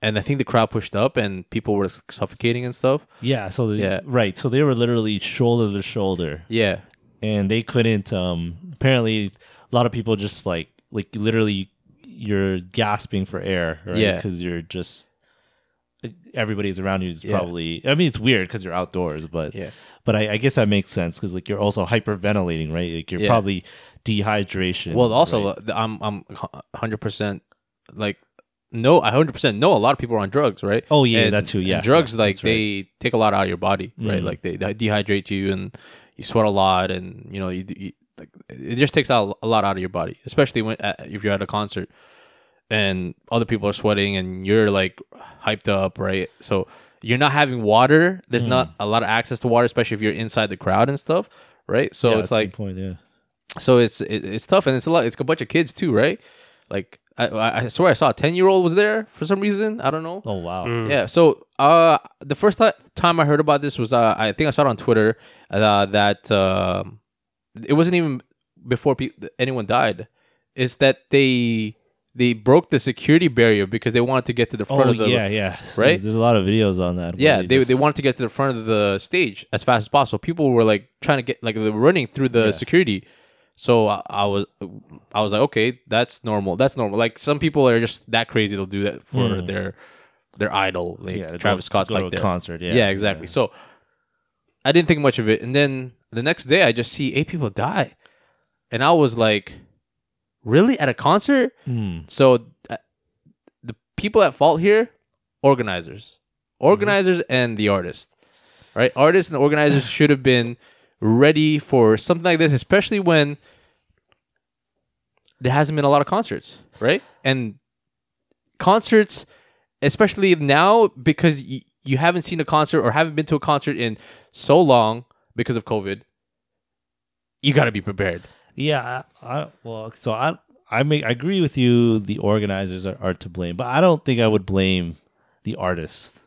Speaker 3: and I think the crowd pushed up, and people were suffocating and stuff.
Speaker 1: Yeah, so the,
Speaker 3: Yeah.
Speaker 1: right, so they were literally shoulder to shoulder,
Speaker 3: Yeah,
Speaker 1: and they couldn't. Um, apparently, a lot of people just like like literally, you're gasping for air, right?
Speaker 3: Yeah.
Speaker 1: because you're just everybody's around you is
Speaker 3: Yeah.
Speaker 1: probably. I mean, it's weird because you're outdoors, but
Speaker 3: Yeah.
Speaker 1: but I, I guess that makes sense because like you're also hyperventilating, right? Like you're
Speaker 3: Yeah.
Speaker 1: probably dehydration.
Speaker 3: Well, also,
Speaker 1: right?
Speaker 3: uh, th- I'm I'm hundred percent like no, I hundred percent know a lot of people are on drugs, right?
Speaker 1: Oh, yeah,
Speaker 3: And-
Speaker 1: that too,
Speaker 3: and
Speaker 1: yeah,
Speaker 3: drugs
Speaker 1: yeah,
Speaker 3: like
Speaker 1: that's right.
Speaker 3: they take a lot out of your body, right?
Speaker 1: Mhm.
Speaker 3: Like they, they dehydrate you and you sweat a lot, and you know you, d- you like it just takes out a lot out of your body, especially when uh, if you're at a concert and other people are sweating and you're like hyped up, right? So you're not having water. There's
Speaker 1: Mm.
Speaker 3: not a lot of access to water, especially if you're inside the crowd and stuff, right? So
Speaker 1: Yeah,
Speaker 3: it's
Speaker 1: that's a good
Speaker 3: like
Speaker 1: point, yeah.
Speaker 3: so it's it, it's tough and it's a lot it's a bunch of kids too right like i i I swear i saw a 10 year old was there for some reason i don't know
Speaker 1: Oh wow,
Speaker 3: yeah so uh the first ti- time i heard about this was uh, i think i saw it on twitter uh, that um it wasn't even before pe- anyone died it's that they they broke the security barrier because they wanted to get to the front
Speaker 1: oh
Speaker 3: of the
Speaker 1: yeah, yeah, There's-
Speaker 3: right?
Speaker 1: There's, a lot of videos on that. where
Speaker 3: yeah, they,
Speaker 1: just-
Speaker 3: they wanted to get to the front of the stage as fast as possible. People were like trying to get like they were running through the security. So I, I was, I was like, okay, that's normal. That's normal. Like some people are just that crazy; they'll do that for their their idol, like
Speaker 1: Hmm. Yeah, they
Speaker 3: Travis
Speaker 1: go-
Speaker 3: Scott's
Speaker 1: go to
Speaker 3: like
Speaker 1: a
Speaker 3: their-
Speaker 1: concert, yeah.
Speaker 3: yeah, exactly. So I didn't think much of it, and then the next day I just see eight people die, and I was like, really at a concert?
Speaker 1: Hmm.
Speaker 3: So uh, the people at fault here, organizers, organizers, and the artist. Right, artists and organizers should have been ready for something like this, especially when there hasn't been a lot of concerts, right? And concerts, especially now, because y- you haven't seen a concert or haven't been to a concert in so long because of COVID, you got to be prepared.
Speaker 1: Yeah, I, I well, so I I make I agree with you. The organizers are, are to blame, but I don't think I would blame the artist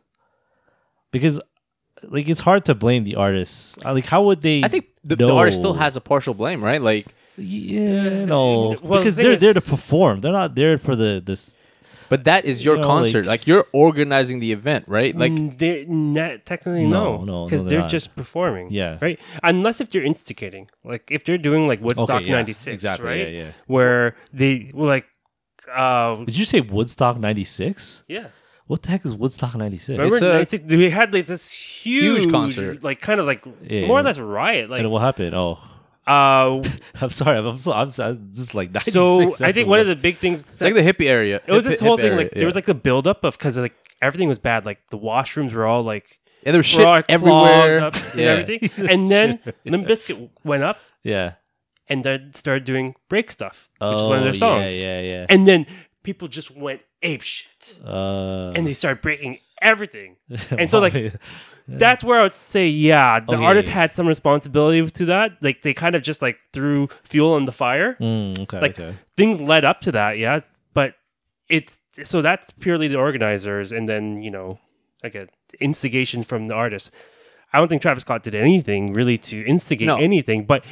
Speaker 1: because like it's hard to blame the artists. Uh, Like, how would they?
Speaker 3: I think the, the
Speaker 1: know?
Speaker 3: artist still has a partial blame, right? Like,
Speaker 1: yeah, no,
Speaker 2: Well,
Speaker 1: because
Speaker 2: the thing
Speaker 1: they're there to
Speaker 2: is-
Speaker 1: perform. They're not there for the this.
Speaker 3: But that is your
Speaker 1: You know,
Speaker 3: concert.
Speaker 1: like-
Speaker 3: Like, you're organizing the event, right? Like,
Speaker 2: Mm, they not, technically
Speaker 1: No,
Speaker 2: no,
Speaker 1: no, no,
Speaker 2: because
Speaker 1: they're
Speaker 2: they're
Speaker 1: not.
Speaker 2: just performing.
Speaker 1: Yeah.
Speaker 2: right. Unless if they're instigating, like if they're doing like Woodstock
Speaker 1: yeah,
Speaker 2: '96,
Speaker 1: exactly,
Speaker 2: right?
Speaker 1: yeah, yeah.
Speaker 2: Where they were like, uh,
Speaker 1: Did you say Woodstock '96?
Speaker 2: yeah.
Speaker 1: What the heck is Woodstock '96?
Speaker 2: Remember,
Speaker 3: It's a-
Speaker 2: 96, we had like this huge,
Speaker 3: concert.
Speaker 2: like kind of like
Speaker 1: Yeah.
Speaker 2: more or less riot. Like,
Speaker 1: And what happened? Oh,
Speaker 2: uh,
Speaker 1: I'm sorry. I'm so I'm, so- this is like '96.
Speaker 2: so I
Speaker 1: that's
Speaker 2: think one of
Speaker 1: one-
Speaker 2: the big things
Speaker 3: it's like the hippie area.
Speaker 2: it was
Speaker 3: Hip-
Speaker 2: this whole
Speaker 3: hip
Speaker 2: thing.
Speaker 3: area,
Speaker 2: Like
Speaker 3: yeah.
Speaker 2: there was like the buildup of because like everything was bad. Like the washrooms were all like
Speaker 3: yeah, there was
Speaker 2: were all
Speaker 3: shit everywhere.
Speaker 2: clogged up and
Speaker 3: yeah.
Speaker 2: everything. and then Limp Bizkit went up
Speaker 1: yeah.
Speaker 2: and then started doing break stuff, which is one of their
Speaker 1: Oh, yeah,
Speaker 2: songs.
Speaker 1: Yeah, yeah,
Speaker 2: And then people just went ape shit
Speaker 1: Uh,
Speaker 2: and they started breaking everything. And so like
Speaker 1: Why?
Speaker 2: that's where I would say yeah, the
Speaker 1: Oh, Okay.
Speaker 2: artist had some responsibility to that. Like they kind of just like threw fuel on the fire.
Speaker 1: Mm, okay,
Speaker 2: like
Speaker 1: okay.
Speaker 2: things led up to that, yeah. it's- But it's so that's purely the organizers, and then you know, like a instigation from the artists. I don't think Travis Scott did anything really to instigate
Speaker 3: No.
Speaker 2: anything, but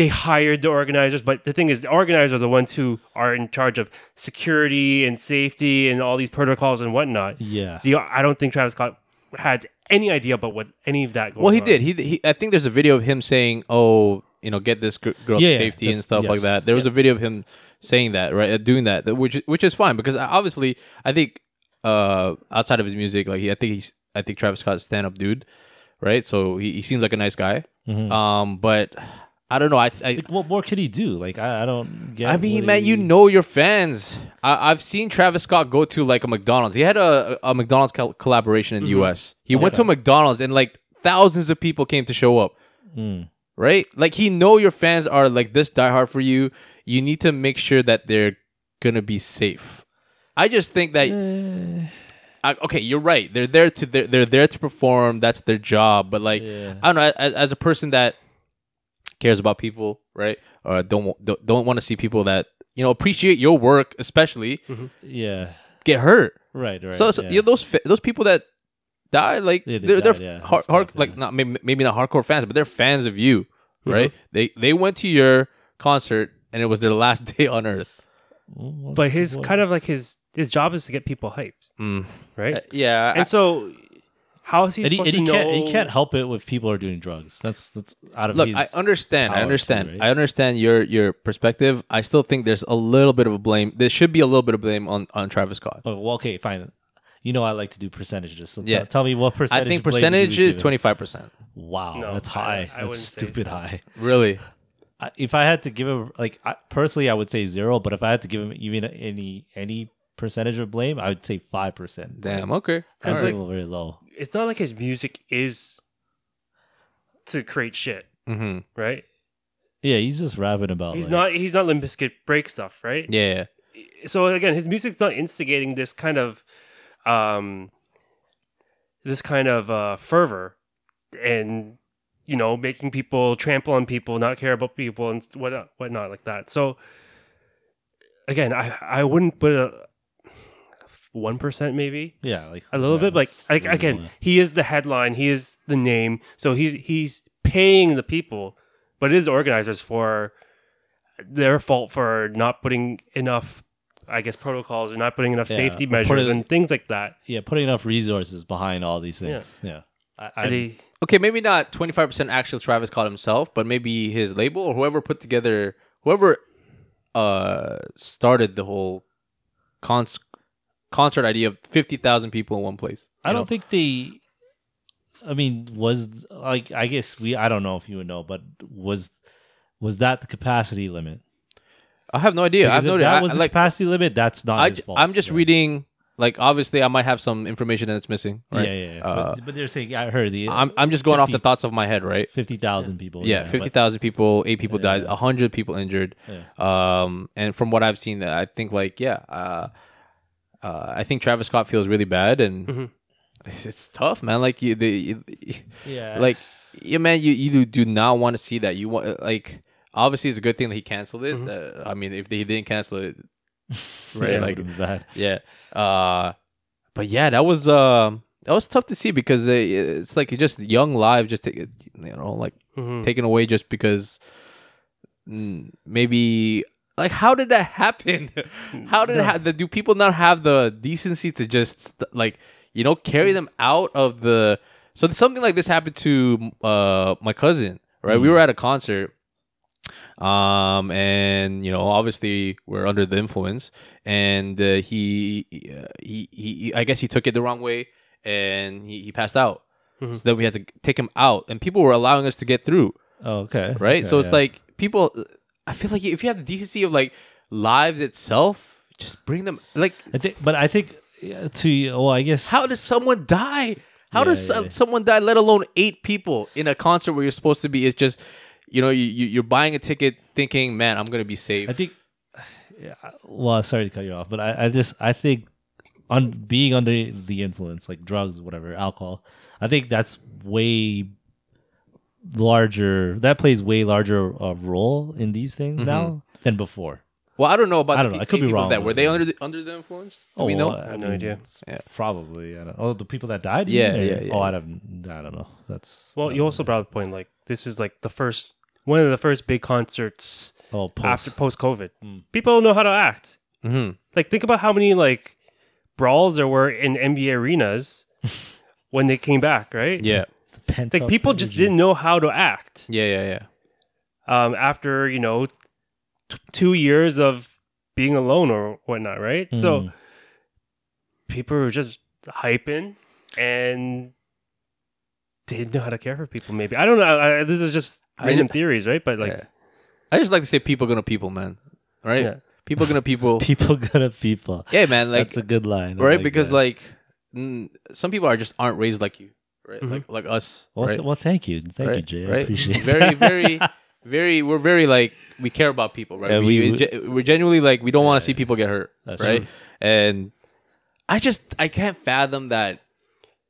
Speaker 2: they hired the organizers. But the thing is, the organizers are the ones who are in charge of security and safety and all these protocols and whatnot.
Speaker 1: yeah.
Speaker 2: The I don't think Travis Scott had any idea about what any of that. Going
Speaker 3: Well, he
Speaker 2: on.
Speaker 3: did. He, he. I think there's a video of him saying, "Oh, you know, get this gr- girl
Speaker 1: Yeah, yeah,
Speaker 3: to safety and
Speaker 1: that's-
Speaker 3: stuff like
Speaker 1: yes.
Speaker 3: that." There was a video of him saying that, right? uh, Doing that, that- which which is fine because I- obviously, I think uh, outside of his music, like he, I think he's, I think Travis Scott's stand up dude, right? So he, he seems like a nice guy.
Speaker 2: Mm-hmm.
Speaker 3: Um, but I don't know. I, I
Speaker 1: Like, what more could he do? Like, I, I don't get.
Speaker 3: I
Speaker 1: what
Speaker 3: mean, man,
Speaker 1: he-
Speaker 3: you know your fans. I, I've seen Travis Scott go to like a McDonald's. He had a, a McDonald's col- collaboration in the U.S. He went to a McDonald's and like thousands of people came to show up. Right? Like he know your fans are like this diehard for you. You need to make sure that they're gonna be safe. I just think
Speaker 1: Hmm.
Speaker 3: that
Speaker 2: Eh.
Speaker 3: I, okay, you're right. They're there to they're, they're there to perform. That's their job. But like
Speaker 1: Yeah.
Speaker 3: I don't know, as, as a person that cares about people, right? Or don't wa- don't, don't want to see people that you know appreciate your work, especially
Speaker 1: Yeah.
Speaker 3: get hurt.
Speaker 1: Right. Right.
Speaker 3: so so
Speaker 1: yeah.
Speaker 3: you know, those fa- those people that die, like
Speaker 1: Yeah, they
Speaker 3: they are
Speaker 1: died,
Speaker 3: they're
Speaker 1: yeah,
Speaker 3: hard,
Speaker 1: that's
Speaker 3: hard
Speaker 1: tough,
Speaker 3: like
Speaker 1: yeah.
Speaker 3: not maybe, maybe not hardcore fans, but they're fans of you,
Speaker 1: Mm-hmm.
Speaker 3: right? They they went to your concert and it was their last day on earth.
Speaker 2: but his kind of like his his job is to get people hyped,
Speaker 3: Mm.
Speaker 2: right?
Speaker 3: Yeah,
Speaker 2: and so how is he
Speaker 1: And he, and
Speaker 2: supposed
Speaker 1: he
Speaker 2: to
Speaker 1: can't.
Speaker 2: know?
Speaker 1: He can't help it if people are doing drugs. That's that's out of
Speaker 3: look
Speaker 1: his.
Speaker 3: i understand i
Speaker 1: power
Speaker 3: understand
Speaker 1: too, right?
Speaker 3: i understand your your perspective i still think there's a little bit of a blame there should be a little bit of blame on on travis scott
Speaker 1: Oh, well, okay, fine. You know, I like to do percentages. So
Speaker 3: Yeah.
Speaker 1: tell- tell me what percentage.
Speaker 3: i think
Speaker 1: blame would you
Speaker 3: percentage
Speaker 1: be
Speaker 3: is
Speaker 1: given?
Speaker 3: 25%
Speaker 1: Wow,
Speaker 2: No,
Speaker 1: that's
Speaker 2: I- I
Speaker 1: high.
Speaker 2: wouldn't
Speaker 1: that's
Speaker 2: say
Speaker 1: stupid
Speaker 2: so.
Speaker 1: high.
Speaker 3: really
Speaker 1: I- if I had to give him like I, personally, I would say zero. But if I had to give him even any any percentage of blame, I would say five percent.
Speaker 3: damn okay
Speaker 1: That's
Speaker 3: All right.
Speaker 1: still very low.
Speaker 2: it's not like his music is to create shit,
Speaker 3: Mhm.
Speaker 2: right?
Speaker 1: Yeah, he's just rapping about.
Speaker 2: He's
Speaker 1: Oh, like-
Speaker 2: not he's not Limp Bizkit break stuff, right?
Speaker 3: yeah yeah.
Speaker 2: So again, his music's not instigating this kind of um this kind of uh fervor and you know, making people trample on people, not care about people and what whatnot like that. So again, I I wouldn't put a one percent maybe
Speaker 1: Yeah, like
Speaker 2: a little
Speaker 1: yeah,
Speaker 2: bit like
Speaker 1: that's
Speaker 2: like
Speaker 1: really
Speaker 2: again
Speaker 1: low.
Speaker 2: he is the headline he is the name so he's he's paying the people but it is organizers for their fault for not putting enough i guess protocols and not putting enough
Speaker 1: Yeah,
Speaker 2: safety
Speaker 1: but put
Speaker 2: measures
Speaker 1: it-
Speaker 2: and things like that
Speaker 1: Yeah, putting enough resources behind all these things. Yeah, I,
Speaker 2: And
Speaker 1: I'm
Speaker 2: he-
Speaker 3: okay, maybe not 25% actual Travis Scott himself, but maybe his label or whoever put together, whoever uh started the whole cons- concert idea of 50,000 people in one place.
Speaker 1: I
Speaker 3: you
Speaker 1: don't
Speaker 3: know?
Speaker 1: think they. I mean, was like I guess we. I don't know if you would know, but was was that the capacity limit?
Speaker 3: I have no idea. I have
Speaker 1: Because
Speaker 3: no
Speaker 1: if
Speaker 3: idea.
Speaker 1: that
Speaker 3: I-
Speaker 1: was
Speaker 3: I
Speaker 1: the
Speaker 3: like,
Speaker 1: capacity limit. That's not
Speaker 3: I,
Speaker 1: his fault.
Speaker 3: am just
Speaker 1: right?
Speaker 3: reading, like, obviously, I might have some information that's missing, right?
Speaker 1: Yeah, yeah. yeah.
Speaker 3: Uh,
Speaker 1: but, but they're saying I heard the
Speaker 3: I'm, I'm just going off the
Speaker 1: 50
Speaker 3: thoughts of my head, right?
Speaker 1: fifty thousand people. Oh,
Speaker 3: Yeah,
Speaker 1: but-
Speaker 3: fifty thousand people, eight people
Speaker 1: Yeah.
Speaker 3: died, died, hundred people injured. Um, and from what I've seen, I think like yeah, uh, uh, I think Travis Scott feels really bad, and
Speaker 1: Mm-hmm.
Speaker 2: Mhm.
Speaker 3: it's, it's tough, man. Like you, the, you-
Speaker 1: Yeah.
Speaker 3: like yeah, man, you you do not want to see that. You want like obviously it's a good thing that he canceled it. Uh, I mean, if he didn't cancel it, right,
Speaker 1: Mm-hmm. Yeah,
Speaker 3: like-
Speaker 1: would've been bad.
Speaker 3: yeah. Uh, but yeah, that was um. that was tough to see because they, it's like just young live, just take, you know, like
Speaker 2: Mhm.
Speaker 3: taken away just because mm, maybe like how did that happen how did it ha- do people not have the decency to just like you know carry them out of the so something like this happened to uh my cousin right we were at a concert um and you know obviously we're under the influence and uh, he, uh, he he he- i guess he took it the wrong way and he, he passed out so then we had to take him out and people were allowing us to get through
Speaker 1: Oh, okay.
Speaker 3: right
Speaker 1: Okay,
Speaker 3: so it's
Speaker 1: yeah.
Speaker 3: like people i feel like if you have the decency of like lives itself just bring them like
Speaker 1: I think, but I think yeah, to well, I guess
Speaker 3: how does someone die how
Speaker 1: Yeah,
Speaker 3: does
Speaker 1: yeah,
Speaker 3: so-
Speaker 1: yeah.
Speaker 3: someone die let alone eight people in a concert where you're supposed to be it's just you know you, you you're buying a ticket thinking man i'm gonna be safe
Speaker 1: I think. Yeah, well, sorry to cut you off, but I, I just I think on being under the influence, like drugs, whatever, alcohol, I think that's way larger. That plays way larger a role in these things
Speaker 3: Mm-hmm.
Speaker 1: now than before.
Speaker 3: well i don't know about
Speaker 1: I
Speaker 3: the
Speaker 1: don't know. I
Speaker 3: pe-
Speaker 1: could be
Speaker 3: people
Speaker 1: wrong,
Speaker 3: that were
Speaker 1: but-
Speaker 3: they under the, under the influence Do we know
Speaker 1: well,
Speaker 2: I have no idea.
Speaker 3: Yeah.
Speaker 1: Probably. I don't. Oh, the people that died.
Speaker 3: Yeah,
Speaker 1: Or-
Speaker 3: yeah, yeah.
Speaker 1: Oh, I don't. I don't know. That's
Speaker 2: Well, you also brought up a point like this is like the first one of the first big concerts
Speaker 1: oh post. Hmm.
Speaker 2: after post COVID. People don't know how to act.
Speaker 3: mm-hmm.
Speaker 2: Like think about how many like brawls there were in NBA arenas when they came back, right?
Speaker 3: yeah
Speaker 2: Like people just didn't know how to act.
Speaker 3: yeah yeah yeah
Speaker 2: um, after you know t- two years of being alone or whatnot, right?
Speaker 3: Hmm.
Speaker 2: So people were just hyping and didn't know how to care for people. Maybe I don't know. I, I- this is just
Speaker 3: I
Speaker 2: random
Speaker 3: ju-
Speaker 2: theories, right? But like,
Speaker 3: Yeah. i just like to say people gonna people man right
Speaker 2: Yeah.
Speaker 3: people gonna people
Speaker 1: People gonna people.
Speaker 3: yeah man like
Speaker 1: That's a good line. I
Speaker 3: right
Speaker 1: like
Speaker 3: because
Speaker 1: that.
Speaker 3: like mm, some people are just aren't raised like you right
Speaker 2: Mhm.
Speaker 3: like like us
Speaker 1: Mm-hmm. Well,
Speaker 3: right?
Speaker 1: th- well, thank you, thank you,
Speaker 3: right?
Speaker 1: Jay. I
Speaker 3: Right?
Speaker 1: appreciate
Speaker 3: very
Speaker 1: that.
Speaker 3: very very we're very like we care about people right
Speaker 1: Yeah,
Speaker 3: we,
Speaker 1: we-
Speaker 3: we, ge- we're genuinely like we don't want to see people get hurt
Speaker 1: That's
Speaker 3: right
Speaker 1: true.
Speaker 3: and i just i can't fathom that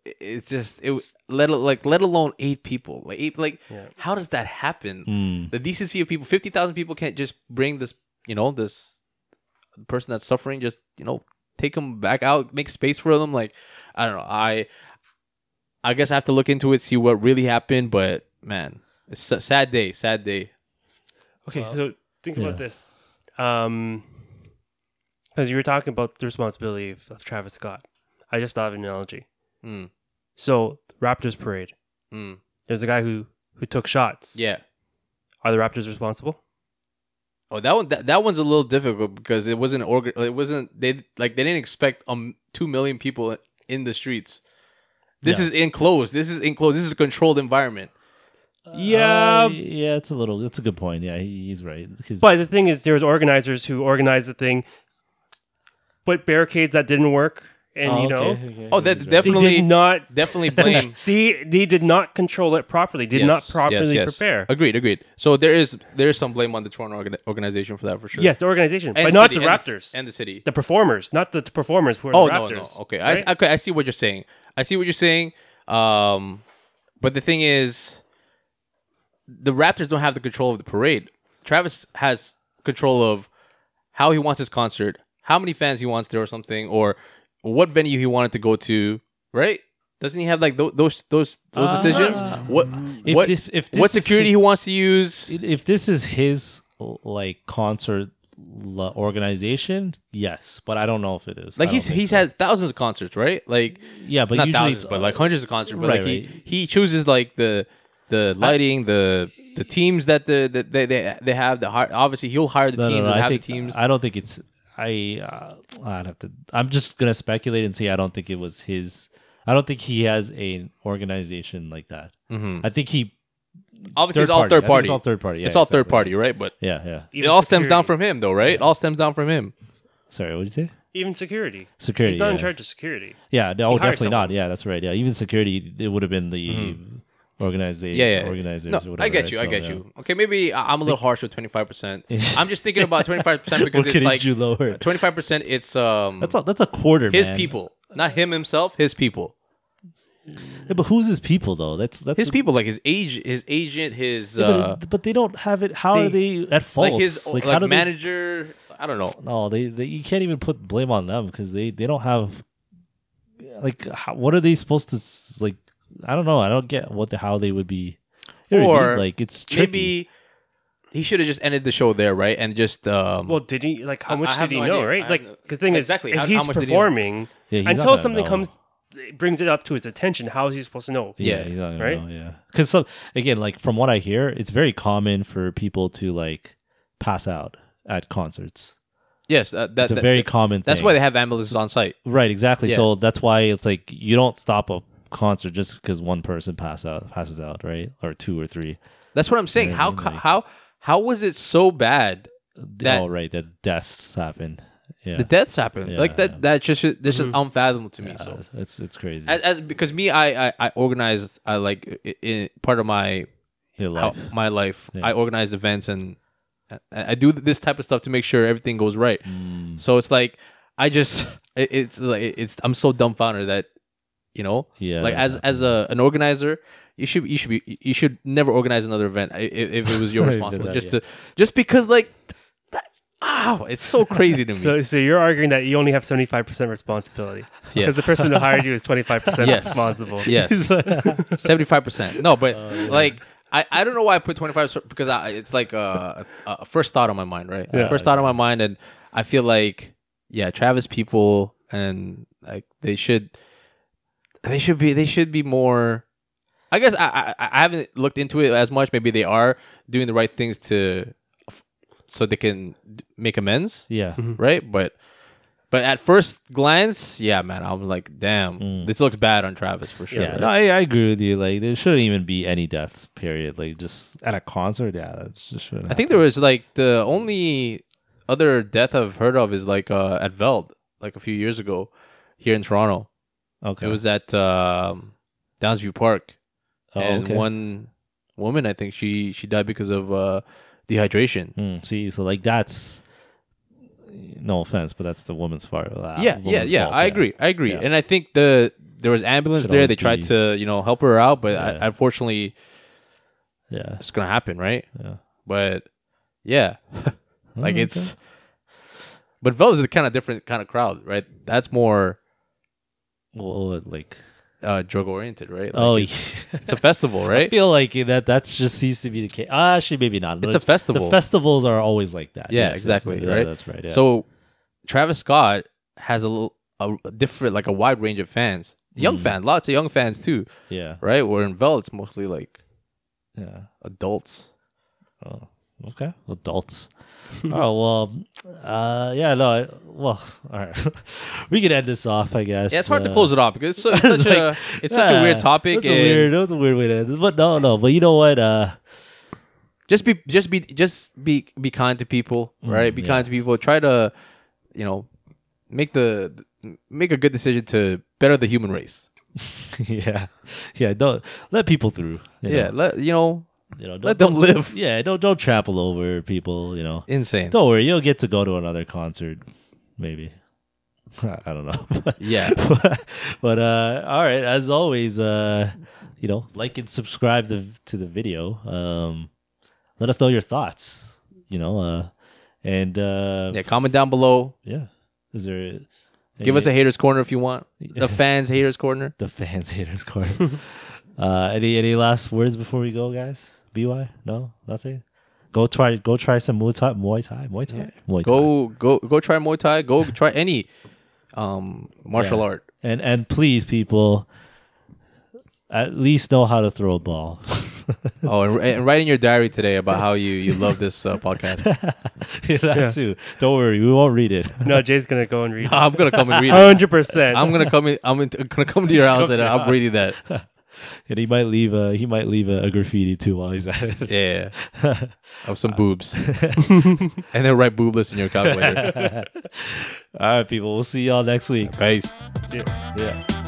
Speaker 3: It- it's just it was- let al- like let alone eight people like eight like how does that happen
Speaker 1: Hmm.
Speaker 3: the decency of people 50,000 people can't just bring this you know this person that's suffering just you know take them back out make space for them like i don't know i i guess i have to look into it see what really happened but man it's a sad day sad day
Speaker 2: okay, so think
Speaker 1: yeah.
Speaker 2: about this, um, because you were talking about the responsibility of, of Travis Scott. I just thought of an analogy.
Speaker 3: Mm.
Speaker 2: So Raptors parade.
Speaker 3: Mm.
Speaker 2: There's a guy who who took shots.
Speaker 3: yeah
Speaker 2: Are the Raptors responsible?
Speaker 3: oh that one that, that one's a little difficult because it wasn't organ it wasn't they like they didn't expect um 2 million people in the streets this
Speaker 1: Yeah.
Speaker 3: is enclosed this is enclosed this is a controlled environment
Speaker 2: Yeah,
Speaker 1: Uh, yeah, it's a little. It's a good point. Yeah, he, he's right. 'Cause-
Speaker 2: But the thing is, there's organizers who organized the thing, put barricades that didn't work, and
Speaker 1: Oh,
Speaker 2: you know
Speaker 1: okay, okay,
Speaker 3: oh
Speaker 1: okay,
Speaker 3: that
Speaker 1: he's right.
Speaker 2: they
Speaker 3: definitely
Speaker 2: did not.
Speaker 3: definitely blame
Speaker 2: They, they did not control it properly. Did not
Speaker 3: Yes, yes,
Speaker 2: properly
Speaker 3: yes.
Speaker 2: prepare.
Speaker 3: Agreed, agreed. So there is there is some blame on the Toronto organ- organization for that for sure.
Speaker 2: Yes, the organization,
Speaker 3: And
Speaker 2: but not
Speaker 3: city-
Speaker 2: the
Speaker 3: and c-
Speaker 2: Raptors
Speaker 3: and the city.
Speaker 2: the performers, not the performers who are
Speaker 3: oh
Speaker 2: the
Speaker 3: no,
Speaker 2: Raptors.
Speaker 3: no. Okay,
Speaker 2: right?
Speaker 3: I, okay, I see what you're saying. I see what you're saying. Um, but the thing is, the Raptors don't have the control of the parade. Travis has control of how he wants his concert, how many fans he wants there, or something, or what venue he wanted to go to. Right? Doesn't he have like tho- those those those decisions? What
Speaker 1: Ah. If
Speaker 3: what
Speaker 1: this- if this
Speaker 3: what
Speaker 1: is-
Speaker 3: security he wants to use?
Speaker 1: if this is his like concert l- organization, yes, but I don't know if it is.
Speaker 3: Like
Speaker 1: I
Speaker 3: he's
Speaker 1: don't think
Speaker 3: he's
Speaker 1: so.
Speaker 3: had thousands of concerts, right? Like
Speaker 1: yeah, but
Speaker 3: not
Speaker 1: usually it's-
Speaker 3: thousands,
Speaker 1: uh,
Speaker 3: but like hundreds of concerts. But
Speaker 1: Right,
Speaker 3: like he, he chooses like the the lighting, the the teams that the, the they, they they have. The hire, obviously he'll hire the
Speaker 1: No, no,
Speaker 3: teams
Speaker 1: no,
Speaker 3: and
Speaker 1: I
Speaker 3: have
Speaker 1: think uh,
Speaker 3: the teams.
Speaker 1: I don't think it's. I uh, I'd have to. I'm just gonna speculate and say I don't think it was his. I don't think he has an organization like that.
Speaker 3: Mhm.
Speaker 1: I think he.
Speaker 3: Obviously,
Speaker 1: third
Speaker 3: it's all
Speaker 1: party. I think It's
Speaker 3: third party.
Speaker 1: all third party. Yeah,
Speaker 3: it's all third
Speaker 1: exactly.
Speaker 3: party, right? But
Speaker 1: Yeah, yeah.
Speaker 3: it all stems down from him, though, right? It all stems down from him.
Speaker 1: Sorry, what did you say?
Speaker 2: even security.
Speaker 1: Security.
Speaker 2: He's not
Speaker 1: yeah.
Speaker 2: in charge of security.
Speaker 1: Yeah, no, oh,
Speaker 2: hire
Speaker 1: definitely
Speaker 2: someone.
Speaker 1: not. Yeah, that's right. Yeah, even security, it would have been the organization.
Speaker 3: Mm-hmm. Yeah, yeah.
Speaker 1: organizers.
Speaker 3: No,
Speaker 1: or whatever,
Speaker 3: I get
Speaker 1: right?
Speaker 3: you. I
Speaker 1: So,
Speaker 3: get
Speaker 1: yeah.
Speaker 3: you. Okay, maybe I- I'm a little harsh with 25%. I'm just thinking about 25%
Speaker 1: We're
Speaker 3: because it's
Speaker 1: getting
Speaker 3: like
Speaker 1: you lower.
Speaker 3: 25%. It's um
Speaker 1: That's a that's a quarter.
Speaker 3: his
Speaker 1: man.
Speaker 3: people, not him himself. His people.
Speaker 1: Yeah, but who's his people though? That's that's
Speaker 3: His
Speaker 1: a-
Speaker 3: people, like his age, his agent, his
Speaker 1: Yeah,
Speaker 3: uh,
Speaker 1: but, but they don't have it. How
Speaker 3: they-
Speaker 1: are they at fault?
Speaker 3: like his like,
Speaker 1: how do they-
Speaker 3: manager. I don't know.
Speaker 1: No, they, they you can't even put blame on them because they they don't have like how, what are they supposed to s- like? I don't know. I don't get what the how they would be. you know what I mean?
Speaker 3: Or
Speaker 1: like it's tricky.
Speaker 3: Maybe he should have just ended the show there, right? And just um,
Speaker 2: Well, did he like how
Speaker 3: I- I
Speaker 2: much
Speaker 3: have
Speaker 2: did he
Speaker 3: no
Speaker 2: know?
Speaker 3: idea. I
Speaker 2: Right?
Speaker 3: have
Speaker 2: Like
Speaker 3: no-
Speaker 2: the thing is,
Speaker 3: Exactly.
Speaker 2: if
Speaker 3: How- how
Speaker 2: he's
Speaker 3: much did he know?
Speaker 2: performing
Speaker 1: Yeah, he's not
Speaker 2: until
Speaker 1: gonna
Speaker 2: something
Speaker 1: know.
Speaker 2: comes, it brings it up to his attention. How is he supposed to know?
Speaker 1: Yeah,
Speaker 3: Yeah,
Speaker 1: he's not gonna
Speaker 2: right?
Speaker 1: know. Yeah, because some again, like from what I hear, it's very common for people to like pass out at concerts.
Speaker 3: yes, uh, that,
Speaker 1: It's a
Speaker 3: that-
Speaker 1: very common.
Speaker 3: That's
Speaker 1: thing.
Speaker 3: why they have ambulances on site.
Speaker 1: Right, exactly.
Speaker 3: Yeah.
Speaker 1: So that's why it's like you don't stop a concert just because one person pass out passes out, right? Or two or three.
Speaker 3: That's what I'm saying.
Speaker 1: Yeah,
Speaker 3: How
Speaker 1: I mean,
Speaker 3: co-
Speaker 1: like-
Speaker 3: how how was it so bad? That-
Speaker 1: oh, right, that deaths happen. Yeah,
Speaker 3: The deaths happened
Speaker 1: Yeah, Mm-hmm.
Speaker 3: like
Speaker 1: yeah.
Speaker 3: that. That just this is unfathomable to me.
Speaker 1: Uh,
Speaker 3: So
Speaker 1: it's it's crazy.
Speaker 3: as, as because me, I I, I organized I like i- in part of my
Speaker 1: Your
Speaker 3: how-
Speaker 1: life.
Speaker 3: my life.
Speaker 1: Yeah.
Speaker 3: I organize events and I, I do this type of stuff to make sure everything goes right.
Speaker 1: Mm.
Speaker 3: So it's like I just it, it's like it's I'm so dumbfounded that you know
Speaker 1: Yeah,
Speaker 3: like
Speaker 1: that
Speaker 3: as as a an organizer you should you should be you should never organize another event i- i- if, if it was your
Speaker 1: Right,
Speaker 3: responsibility
Speaker 1: that,
Speaker 3: just
Speaker 1: yeah.
Speaker 3: to just because like that ow it's so crazy to me
Speaker 2: So, so you're arguing that you only have seventy five percent responsibility because
Speaker 3: Yes.
Speaker 2: the person who hired you is twenty five percent
Speaker 3: Yes.
Speaker 2: responsible.
Speaker 3: yes seventy five percent. No, but like I, I don't know why I put twenty five because I it's like uh, a, a first thought on my mind, right?
Speaker 2: Yeah.
Speaker 3: first thought on my mind, and I feel like yeah, Travis people and like they should they should be they should be more. I guess I, I I haven't looked into it as much. Maybe they are doing the right things to so they can d- make amends,
Speaker 1: yeah,
Speaker 3: right? But but at first glance, yeah, man, I'm like, damn, this looks bad on Travis for sure.
Speaker 1: yeah.
Speaker 3: right?
Speaker 1: No, I, I agree with you. Like there shouldn't even be any deaths. Period. Like just at a concert. Yeah, that just shouldn't.
Speaker 3: I think there was like the only other death I've heard of is like uh, at Veld, like a few years ago here in Toronto.
Speaker 1: okay.
Speaker 3: It was at um, Downsview Park,
Speaker 1: Oh,
Speaker 3: and
Speaker 1: okay.
Speaker 3: one woman I think she she died because of uh, dehydration.
Speaker 1: Mm, see, so like that's no offense, but that's the woman's fault. uh,
Speaker 3: yeah, yeah,
Speaker 1: woman's
Speaker 3: yeah.
Speaker 1: fault,
Speaker 3: I agree. I agree.
Speaker 1: Yeah.
Speaker 3: And I think the there was ambulance
Speaker 1: Should
Speaker 3: there.
Speaker 1: always
Speaker 3: They tried
Speaker 1: be-
Speaker 3: to you know help her out, but I,
Speaker 1: Yeah.
Speaker 3: unfortunately
Speaker 1: Yeah.
Speaker 3: it's gonna happen, right?
Speaker 1: Yeah.
Speaker 3: But yeah, like
Speaker 1: Mm,
Speaker 3: it's. But Veld is a kind of different kind of crowd, right? That's more
Speaker 1: Well, like
Speaker 3: uh, drug oriented, right? Like,
Speaker 1: oh,
Speaker 3: it's,
Speaker 1: yeah.
Speaker 3: it's a festival,
Speaker 1: I
Speaker 3: right?
Speaker 1: feel like that that just seems to be the case. Ah, Actually, maybe not.
Speaker 3: It's a festival.
Speaker 1: The festivals are always like that.
Speaker 3: Yeah,
Speaker 1: Yes,
Speaker 3: exactly,
Speaker 1: yes, yes. Yeah,
Speaker 3: right?
Speaker 1: That's right. Yeah.
Speaker 3: So Travis Scott has a, l- a different, like a wide range of fans. Young
Speaker 1: Mm.
Speaker 3: fan, lots of young fans too,
Speaker 1: yeah,
Speaker 3: right? Where in Vel, it's mostly like
Speaker 1: yeah.
Speaker 3: adults.
Speaker 1: Oh, okay. Adults. oh well, uh, yeah. No, I, well, all right. we can end this off, I guess.
Speaker 3: Yeah, it's hard to
Speaker 1: Uh,
Speaker 3: close it off because it's, so, it's
Speaker 1: it's
Speaker 3: such a
Speaker 1: like,
Speaker 3: it's such a
Speaker 1: yeah,
Speaker 3: weird topic.
Speaker 1: That's
Speaker 3: and
Speaker 1: a weird. That was a weird way to end. This. But no, no. But you know what? Uh,
Speaker 3: Just be, just be, just be, be kind to people,
Speaker 1: Mm,
Speaker 3: right? Be kind to people. Try to, you know, make the make a good decision to better the human race.
Speaker 1: yeah, yeah. Don't let people through. you
Speaker 3: Yeah,
Speaker 1: know.
Speaker 3: let you know,
Speaker 1: you know. Don't,
Speaker 3: let them
Speaker 1: don't-
Speaker 3: live.
Speaker 1: Yeah, don't don't trample over people. You know.
Speaker 3: Insane.
Speaker 1: Don't worry, you'll get to go to another concert, maybe. I don't know.
Speaker 3: Yeah.
Speaker 1: but uh, all right, as always, uh, you know, like and subscribe the, to the video. Um, let us know your thoughts. You know, uh, and uh, yeah.
Speaker 3: Yeah, comment down below.
Speaker 1: is there
Speaker 3: Give us a haters corner if you want. The fans haters corner.
Speaker 1: the fans haters corner? uh, any any last words before we go, guys? By no, nothing. Go try go try some Muay Thai, Muay Thai, Muay Thai, Muay Thai.
Speaker 3: Go go go try Muay Thai. Go try any um, martial
Speaker 1: Yeah.
Speaker 3: art.
Speaker 1: And and please, people, at least know how to throw a ball.
Speaker 3: Oh, and, and write in your diary today about how you you love this uh, podcast.
Speaker 1: that too. Don't worry, we won't read it.
Speaker 2: No, Jay's gonna go and read.
Speaker 3: I'm gonna come and read it.
Speaker 2: Hundred percent.
Speaker 3: I'm gonna come. In, I'm in, gonna come to your house and I'm reading that.
Speaker 1: And he might leave a he might leave a, a graffiti too while he's at it.
Speaker 3: Yeah, of some boobs, and then write boobless in your calculator.
Speaker 1: All right, people. We'll see y'all next week.
Speaker 3: Peace.
Speaker 1: Yeah.